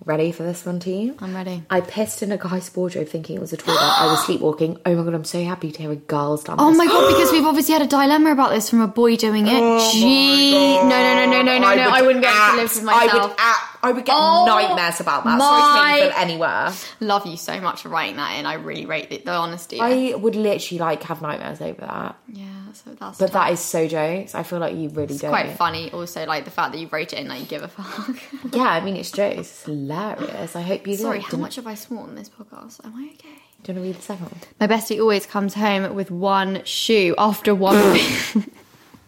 [SPEAKER 1] Ready for this one, team?
[SPEAKER 2] I'm ready.
[SPEAKER 1] I pissed in a guy's wardrobe thinking it was a toilet. I was sleepwalking. Oh my god, I'm so happy to hear a girl's done.
[SPEAKER 2] Oh
[SPEAKER 1] this.
[SPEAKER 2] my god! Because we've obviously had a dilemma about this from a boy doing it.
[SPEAKER 1] Oh
[SPEAKER 2] Gee, no, no, no, no, no, no, no! I wouldn't get to live with myself.
[SPEAKER 1] I would, act, I would get
[SPEAKER 2] Oh
[SPEAKER 1] nightmares about that. So it's
[SPEAKER 2] my-
[SPEAKER 1] painful anywhere.
[SPEAKER 2] Love you so much for writing that in. I really rate the, the honesty.
[SPEAKER 1] I would literally like have nightmares over that.
[SPEAKER 2] yeah, so that's
[SPEAKER 1] But that is so jokes. I feel like you really don't.
[SPEAKER 2] quite funny. Also, like the fact that you wrote it in, like you give a fuck.
[SPEAKER 1] Yeah, I mean it's jokes. It's hilarious. I hope you.
[SPEAKER 2] Sorry,
[SPEAKER 1] like,
[SPEAKER 2] how
[SPEAKER 1] didn't-
[SPEAKER 2] much have I sworn this podcast? Am I okay?
[SPEAKER 1] Do you want to read the second one?
[SPEAKER 2] My bestie always comes home with one shoe after one
[SPEAKER 1] Mm.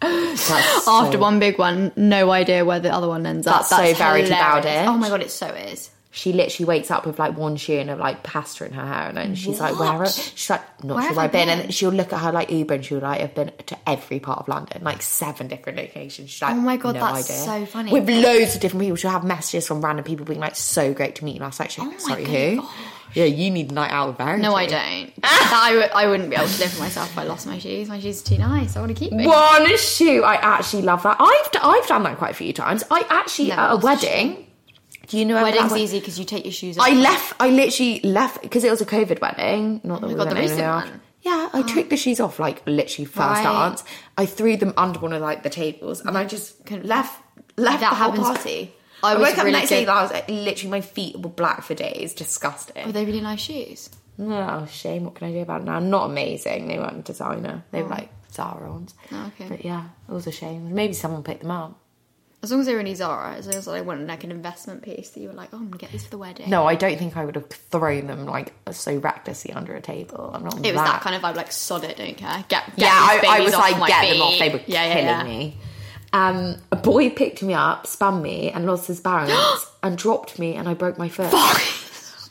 [SPEAKER 1] That's
[SPEAKER 2] after
[SPEAKER 1] so-
[SPEAKER 2] one big one. No idea where the other one ends
[SPEAKER 1] That's
[SPEAKER 2] up.
[SPEAKER 1] so varied about
[SPEAKER 2] hilarious.
[SPEAKER 1] it.
[SPEAKER 2] Oh my god, it so is.
[SPEAKER 1] She literally wakes up with like one shoe and a like pasta in her hair, and then she's like, "Where?" Are, she's like, "Not
[SPEAKER 2] Where
[SPEAKER 1] sure
[SPEAKER 2] have
[SPEAKER 1] where
[SPEAKER 2] I
[SPEAKER 1] I've been.
[SPEAKER 2] been?
[SPEAKER 1] And she'll look at her like Uber, and she'll like have been to every part of London, like seven different locations. She's like,
[SPEAKER 2] Oh my God,
[SPEAKER 1] no
[SPEAKER 2] that's
[SPEAKER 1] idea.
[SPEAKER 2] so funny.
[SPEAKER 1] With loads of different people, she'll have messages from random people being like, "So great to meet you last night." She's like,
[SPEAKER 2] Oh my
[SPEAKER 1] Sorry,
[SPEAKER 2] God,
[SPEAKER 1] who? Yeah, you need a night out of variety.
[SPEAKER 2] No, I don't. that I, would, I wouldn't be able to live with myself if I lost my shoes. My shoes are too nice. I want to keep them.
[SPEAKER 1] One shoe. I actually love that. I've d- I've done that quite a few times. I actually
[SPEAKER 2] Never
[SPEAKER 1] at a
[SPEAKER 2] lost a
[SPEAKER 1] wedding. Do you know where
[SPEAKER 2] Wedding's
[SPEAKER 1] that was?
[SPEAKER 2] easy because you take your shoes off.
[SPEAKER 1] I left. I literally left because it was a COVID wedding. Not that we
[SPEAKER 2] Oh God,
[SPEAKER 1] went
[SPEAKER 2] the
[SPEAKER 1] anywhere
[SPEAKER 2] recent
[SPEAKER 1] after.
[SPEAKER 2] one.
[SPEAKER 1] Yeah, I took the shoes off like literally first
[SPEAKER 2] Right.
[SPEAKER 1] dance. I threw them under one of like the tables, and I just
[SPEAKER 2] Couldn't-
[SPEAKER 1] left left
[SPEAKER 2] That
[SPEAKER 1] the whole
[SPEAKER 2] happens.
[SPEAKER 1] party.
[SPEAKER 2] I
[SPEAKER 1] I,
[SPEAKER 2] was
[SPEAKER 1] woke up the
[SPEAKER 2] really
[SPEAKER 1] next day.
[SPEAKER 2] good-
[SPEAKER 1] I was like, literally my feet were black for days. Disgusting.
[SPEAKER 2] Were they really nice shoes?
[SPEAKER 1] Oh shame! What can I do about it now? Not amazing. They weren't designer. They were like Zara ones.
[SPEAKER 2] Oh, okay.
[SPEAKER 1] But yeah, it was a shame. Maybe someone picked them up.
[SPEAKER 2] As long as they were in Zara, as long as I wanted like an investment piece that you were like, oh, I'm gonna get these for the wedding.
[SPEAKER 1] No, I don't think I would have thrown them like so recklessly under a table. I'm not.
[SPEAKER 2] it was that kind of vibe, like sod it, don't care. Get, get
[SPEAKER 1] yeah,
[SPEAKER 2] these
[SPEAKER 1] I, I
[SPEAKER 2] babies
[SPEAKER 1] was
[SPEAKER 2] off
[SPEAKER 1] like,
[SPEAKER 2] my
[SPEAKER 1] get them
[SPEAKER 2] feet.
[SPEAKER 1] off. They were
[SPEAKER 2] Yeah, yeah,
[SPEAKER 1] killing
[SPEAKER 2] yeah.
[SPEAKER 1] me. Um, a boy picked me up, spun me, and lost his balance and dropped me, and I broke my foot.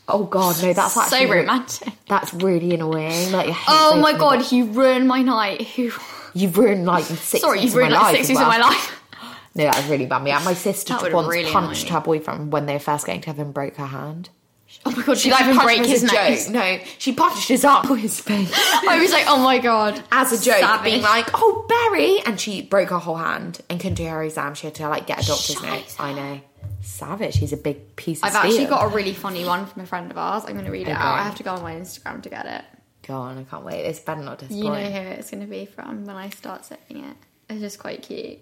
[SPEAKER 1] Oh god, no, that's actually
[SPEAKER 2] so romantic.
[SPEAKER 1] That's really annoying. Like, I hate
[SPEAKER 2] Oh
[SPEAKER 1] both
[SPEAKER 2] my
[SPEAKER 1] of
[SPEAKER 2] god,
[SPEAKER 1] them.
[SPEAKER 2] you ruined my night. You-
[SPEAKER 1] you've ruined like six.
[SPEAKER 2] Sorry,
[SPEAKER 1] weeks
[SPEAKER 2] you ruined
[SPEAKER 1] of my
[SPEAKER 2] like
[SPEAKER 1] life as
[SPEAKER 2] six weeks of
[SPEAKER 1] well.
[SPEAKER 2] my life.
[SPEAKER 1] No, that was really bad. Me and my sister
[SPEAKER 2] That would've
[SPEAKER 1] once
[SPEAKER 2] really
[SPEAKER 1] punched
[SPEAKER 2] annoying.
[SPEAKER 1] her boyfriend when they were first getting together and broke her hand.
[SPEAKER 2] Oh my god, she
[SPEAKER 1] Like,
[SPEAKER 2] like
[SPEAKER 1] punched
[SPEAKER 2] break
[SPEAKER 1] him as
[SPEAKER 2] his
[SPEAKER 1] a
[SPEAKER 2] nose.
[SPEAKER 1] joke. No, she punched his arm with his face
[SPEAKER 2] I was like, oh my god.
[SPEAKER 1] as a joke,
[SPEAKER 2] Savage.
[SPEAKER 1] being like, "Oh, Barry," and she broke her whole hand and couldn't do her exam. She had to like get a doctor's
[SPEAKER 2] Shut
[SPEAKER 1] note. I know, savage. He's a big piece of.
[SPEAKER 2] I've actually
[SPEAKER 1] steel.
[SPEAKER 2] got a really funny one from a friend of ours. I'm going to read it out. I have to go on my Instagram to get it.
[SPEAKER 1] Go on, I can't wait. It's better not disappoint.
[SPEAKER 2] You know who it's going to be from when I start saying it. It's just quite cute.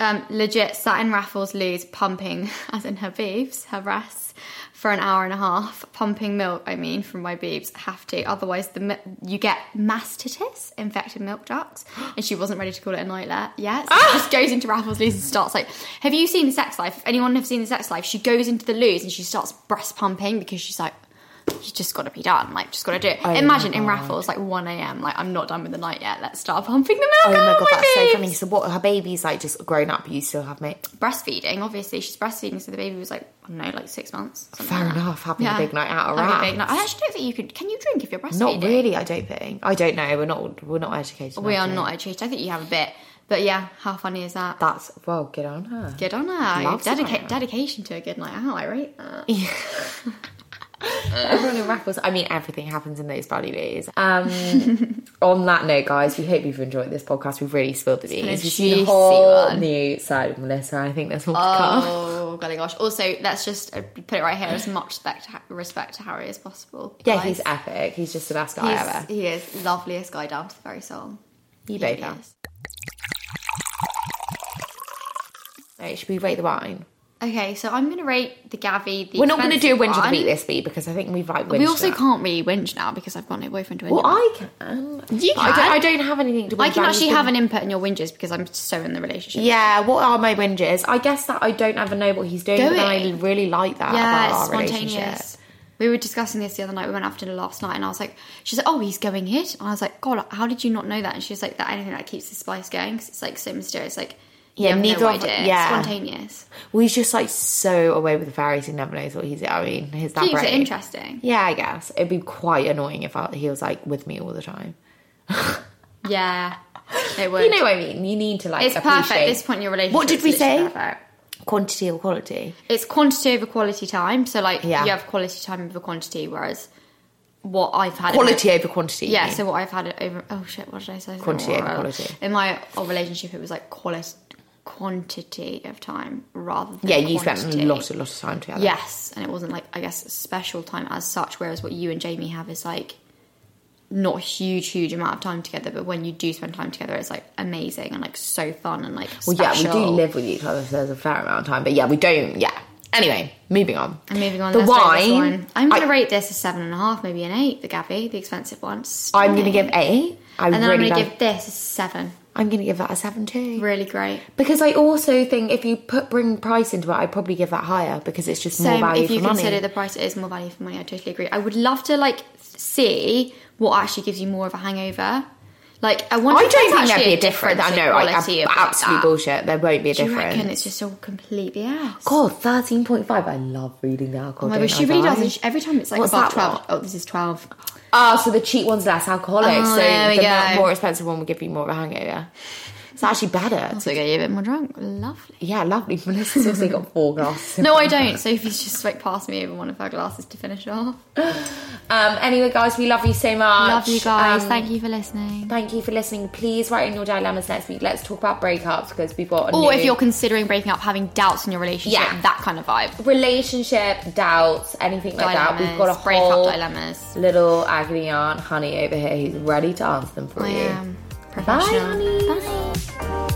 [SPEAKER 2] Um, legit, sat in Raffles Lou's pumping, as in her boobs, her breasts, for an hour and a half. Pumping milk, I mean, from my boobs. Have to, otherwise the mi- you get mastitis, infected milk ducts. And she wasn't ready to call it a nightlet yet. So she just goes into Raffles Lou's and starts like, have you seen Sex Life? If anyone have seen Sex Life, she goes into the Lou's and she starts breast pumping because she's like, you just got to be done. Like, just got to do it. Imagine in raffles, like 1 a.m. Like, I'm not done with the night yet. Let's start pumping the
[SPEAKER 1] Oh
[SPEAKER 2] milk.
[SPEAKER 1] my god, that's so funny.
[SPEAKER 2] boobs.
[SPEAKER 1] So what? Her baby's like just grown up. You still have mate.
[SPEAKER 2] Breastfeeding, obviously, she's breastfeeding, so the baby was like, I don't know, like six months. something
[SPEAKER 1] Fair
[SPEAKER 2] like that.
[SPEAKER 1] enough, having a big night out of
[SPEAKER 2] Having a
[SPEAKER 1] rats.
[SPEAKER 2] big night- I actually don't think you could. Can you drink if you're breastfeeding?
[SPEAKER 1] Not really. I don't think. I don't know. We're not. We're not educated.
[SPEAKER 2] We
[SPEAKER 1] enough,
[SPEAKER 2] are
[SPEAKER 1] no.
[SPEAKER 2] not educated. I think you have a bit, but yeah, how funny is that?
[SPEAKER 1] That's well. Good on her.
[SPEAKER 2] Good on her.
[SPEAKER 1] Loves a night
[SPEAKER 2] Dedica-
[SPEAKER 1] out.
[SPEAKER 2] dedication to a good night out. I rate that.
[SPEAKER 1] Everyone in Raffles. I mean, everything happens in those bloody days. Um, on that note, guys, we hope you've enjoyed this podcast. We've really spilled the beans.
[SPEAKER 2] a
[SPEAKER 1] We've seen a
[SPEAKER 2] juicy
[SPEAKER 1] whole
[SPEAKER 2] one.
[SPEAKER 1] new side of Melissa. I think there's more to come.
[SPEAKER 2] Oh, golly gosh. Also, let's just uh, put it right here as much respect to, respect to Harry as possible.
[SPEAKER 1] Yeah,
[SPEAKER 2] guys.
[SPEAKER 1] he's epic. He's just the best guy
[SPEAKER 2] He's-
[SPEAKER 1] ever.
[SPEAKER 2] He is loveliest guy down to the very soul.
[SPEAKER 1] You
[SPEAKER 2] He
[SPEAKER 1] both are.
[SPEAKER 2] is.
[SPEAKER 1] Right, should we rate the wine?
[SPEAKER 2] Okay, so I'm gonna rate the Gavi. The
[SPEAKER 1] We're not going to do a
[SPEAKER 2] winch
[SPEAKER 1] winch of the week this week because I think we've like.
[SPEAKER 2] We
[SPEAKER 1] whinged
[SPEAKER 2] also
[SPEAKER 1] enough.
[SPEAKER 2] can't really whinge now because I've got no boyfriend to whinge.
[SPEAKER 1] Well,
[SPEAKER 2] about.
[SPEAKER 1] I can. You I
[SPEAKER 2] can.
[SPEAKER 1] don't, I don't have anything to.
[SPEAKER 2] I,
[SPEAKER 1] whinge
[SPEAKER 2] can
[SPEAKER 1] about.
[SPEAKER 2] actually
[SPEAKER 1] You've
[SPEAKER 2] have
[SPEAKER 1] been-
[SPEAKER 2] an input in your whinges because I'm so in the relationship.
[SPEAKER 1] Yeah, what are my whinges? I guess that I don't ever know what he's doing, but
[SPEAKER 2] Going.
[SPEAKER 1] then I really like that about
[SPEAKER 2] Yeah,
[SPEAKER 1] our
[SPEAKER 2] it's
[SPEAKER 1] relationship.
[SPEAKER 2] spontaneous. We were discussing this the other night. We went after dinner last night, and I was like, "She's like, oh, he's going it." And I was like, "God, how did you not know that?" And she was like, "That anything that keeps the spice going, 'cause it's like so mysterious. Like, you
[SPEAKER 1] Yeah,
[SPEAKER 2] have no
[SPEAKER 1] neither of-
[SPEAKER 2] idea.
[SPEAKER 1] yeah.
[SPEAKER 2] spontaneous.
[SPEAKER 1] Well, he's just like so away with the fairies. He never knows what he's. I mean, his that
[SPEAKER 2] Keeps it
[SPEAKER 1] brain.
[SPEAKER 2] interesting.
[SPEAKER 1] Yeah, I guess it'd be quite annoying if I, he was like with me all the time.
[SPEAKER 2] Yeah, it would.
[SPEAKER 1] You know what I mean? You need to like.
[SPEAKER 2] it's perfect. At
[SPEAKER 1] appreciate
[SPEAKER 2] this point in your relationship,
[SPEAKER 1] What did
[SPEAKER 2] it's
[SPEAKER 1] we
[SPEAKER 2] literally
[SPEAKER 1] say?
[SPEAKER 2] perfect.
[SPEAKER 1] quantity or quality.
[SPEAKER 2] it's quantity over quality time. So like
[SPEAKER 1] Yeah.
[SPEAKER 2] you have quality time over quantity, whereas what I've had
[SPEAKER 1] Quality over quantity. you
[SPEAKER 2] yeah.
[SPEAKER 1] mean.
[SPEAKER 2] So what I've had over oh shit, what did I say?
[SPEAKER 1] Quantity over
[SPEAKER 2] Well,
[SPEAKER 1] quality.
[SPEAKER 2] In my old relationship, it was like quality quantity of time rather than
[SPEAKER 1] yeah, you spent
[SPEAKER 2] quantity.
[SPEAKER 1] a lot, a lot of time together.
[SPEAKER 2] Yes, and it wasn't like I guess special time as such. Whereas what you and Jamie have is like not a huge, huge amount of time together, but when you do spend time together, it's like amazing and like so fun and like
[SPEAKER 1] Well,
[SPEAKER 2] special.
[SPEAKER 1] yeah, we do live with each other, so there's a fair amount of time. But yeah, we don't. Yeah. Anyway, moving on.
[SPEAKER 2] I'm moving on.
[SPEAKER 1] The
[SPEAKER 2] let's rate this
[SPEAKER 1] wine.
[SPEAKER 2] one. I'm going to
[SPEAKER 1] I-
[SPEAKER 2] rate this a seven and a half, maybe an eight. The Gavi, the expensive one.
[SPEAKER 1] I'm going to
[SPEAKER 2] Stunning.
[SPEAKER 1] give eight. I
[SPEAKER 2] and then
[SPEAKER 1] really
[SPEAKER 2] I'm
[SPEAKER 1] like,
[SPEAKER 2] going to give this a seven.
[SPEAKER 1] I'm going to give that a seven too.
[SPEAKER 2] Really great.
[SPEAKER 1] Because I also think if you put bring price into it, I'd probably give that higher because it's just more
[SPEAKER 2] Same.
[SPEAKER 1] value
[SPEAKER 2] If you
[SPEAKER 1] for money.
[SPEAKER 2] consider the price, it is more value for money. I totally agree. I would love to like see what actually gives you more of a hangover. Like I want.
[SPEAKER 1] I don't think there'd be a difference. I know, I,
[SPEAKER 2] absolutely
[SPEAKER 1] ab- absolute bullshit. There won't be a
[SPEAKER 2] Do you
[SPEAKER 1] difference.
[SPEAKER 2] reckon it's just all completely ass?
[SPEAKER 1] God, thirteen point five. I love reading the alcohol.
[SPEAKER 2] Oh my
[SPEAKER 1] don't
[SPEAKER 2] gosh, she
[SPEAKER 1] I,
[SPEAKER 2] really
[SPEAKER 1] guys?
[SPEAKER 2] does. And she, every time it's like
[SPEAKER 1] What's
[SPEAKER 2] above
[SPEAKER 1] that
[SPEAKER 2] twelve.
[SPEAKER 1] one?
[SPEAKER 2] Oh, this is twelve.
[SPEAKER 1] Ah, so the cheap one's less alcoholic,
[SPEAKER 2] Oh,
[SPEAKER 1] so
[SPEAKER 2] there we
[SPEAKER 1] the more-
[SPEAKER 2] go.
[SPEAKER 1] more expensive one will give you more of a hangover. It's actually better.
[SPEAKER 2] So get you a bit more drunk. Lovely.
[SPEAKER 1] Yeah, lovely. Melissa's also got four glasses.
[SPEAKER 2] No, I don't. Sophie's just like passed me over one of her glasses to finish off.
[SPEAKER 1] Um, anyway, guys, we love you so much.
[SPEAKER 2] Love you guys.
[SPEAKER 1] Um,
[SPEAKER 2] Thank you for listening.
[SPEAKER 1] Thank you for listening. Please write in your dilemmas next week. Let's talk about breakups because we've got a
[SPEAKER 2] Or
[SPEAKER 1] new
[SPEAKER 2] if you're considering breaking up, having doubts in your relationship,
[SPEAKER 1] Yeah.
[SPEAKER 2] that kind of vibe.
[SPEAKER 1] relationship doubts, anything like that. We've got a
[SPEAKER 2] breakup
[SPEAKER 1] whole
[SPEAKER 2] dilemmas.
[SPEAKER 1] little agony aunt honey over here who's ready to answer them for
[SPEAKER 2] I
[SPEAKER 1] you.
[SPEAKER 2] am
[SPEAKER 1] Bye,
[SPEAKER 2] professional.
[SPEAKER 1] honey.
[SPEAKER 2] Bye.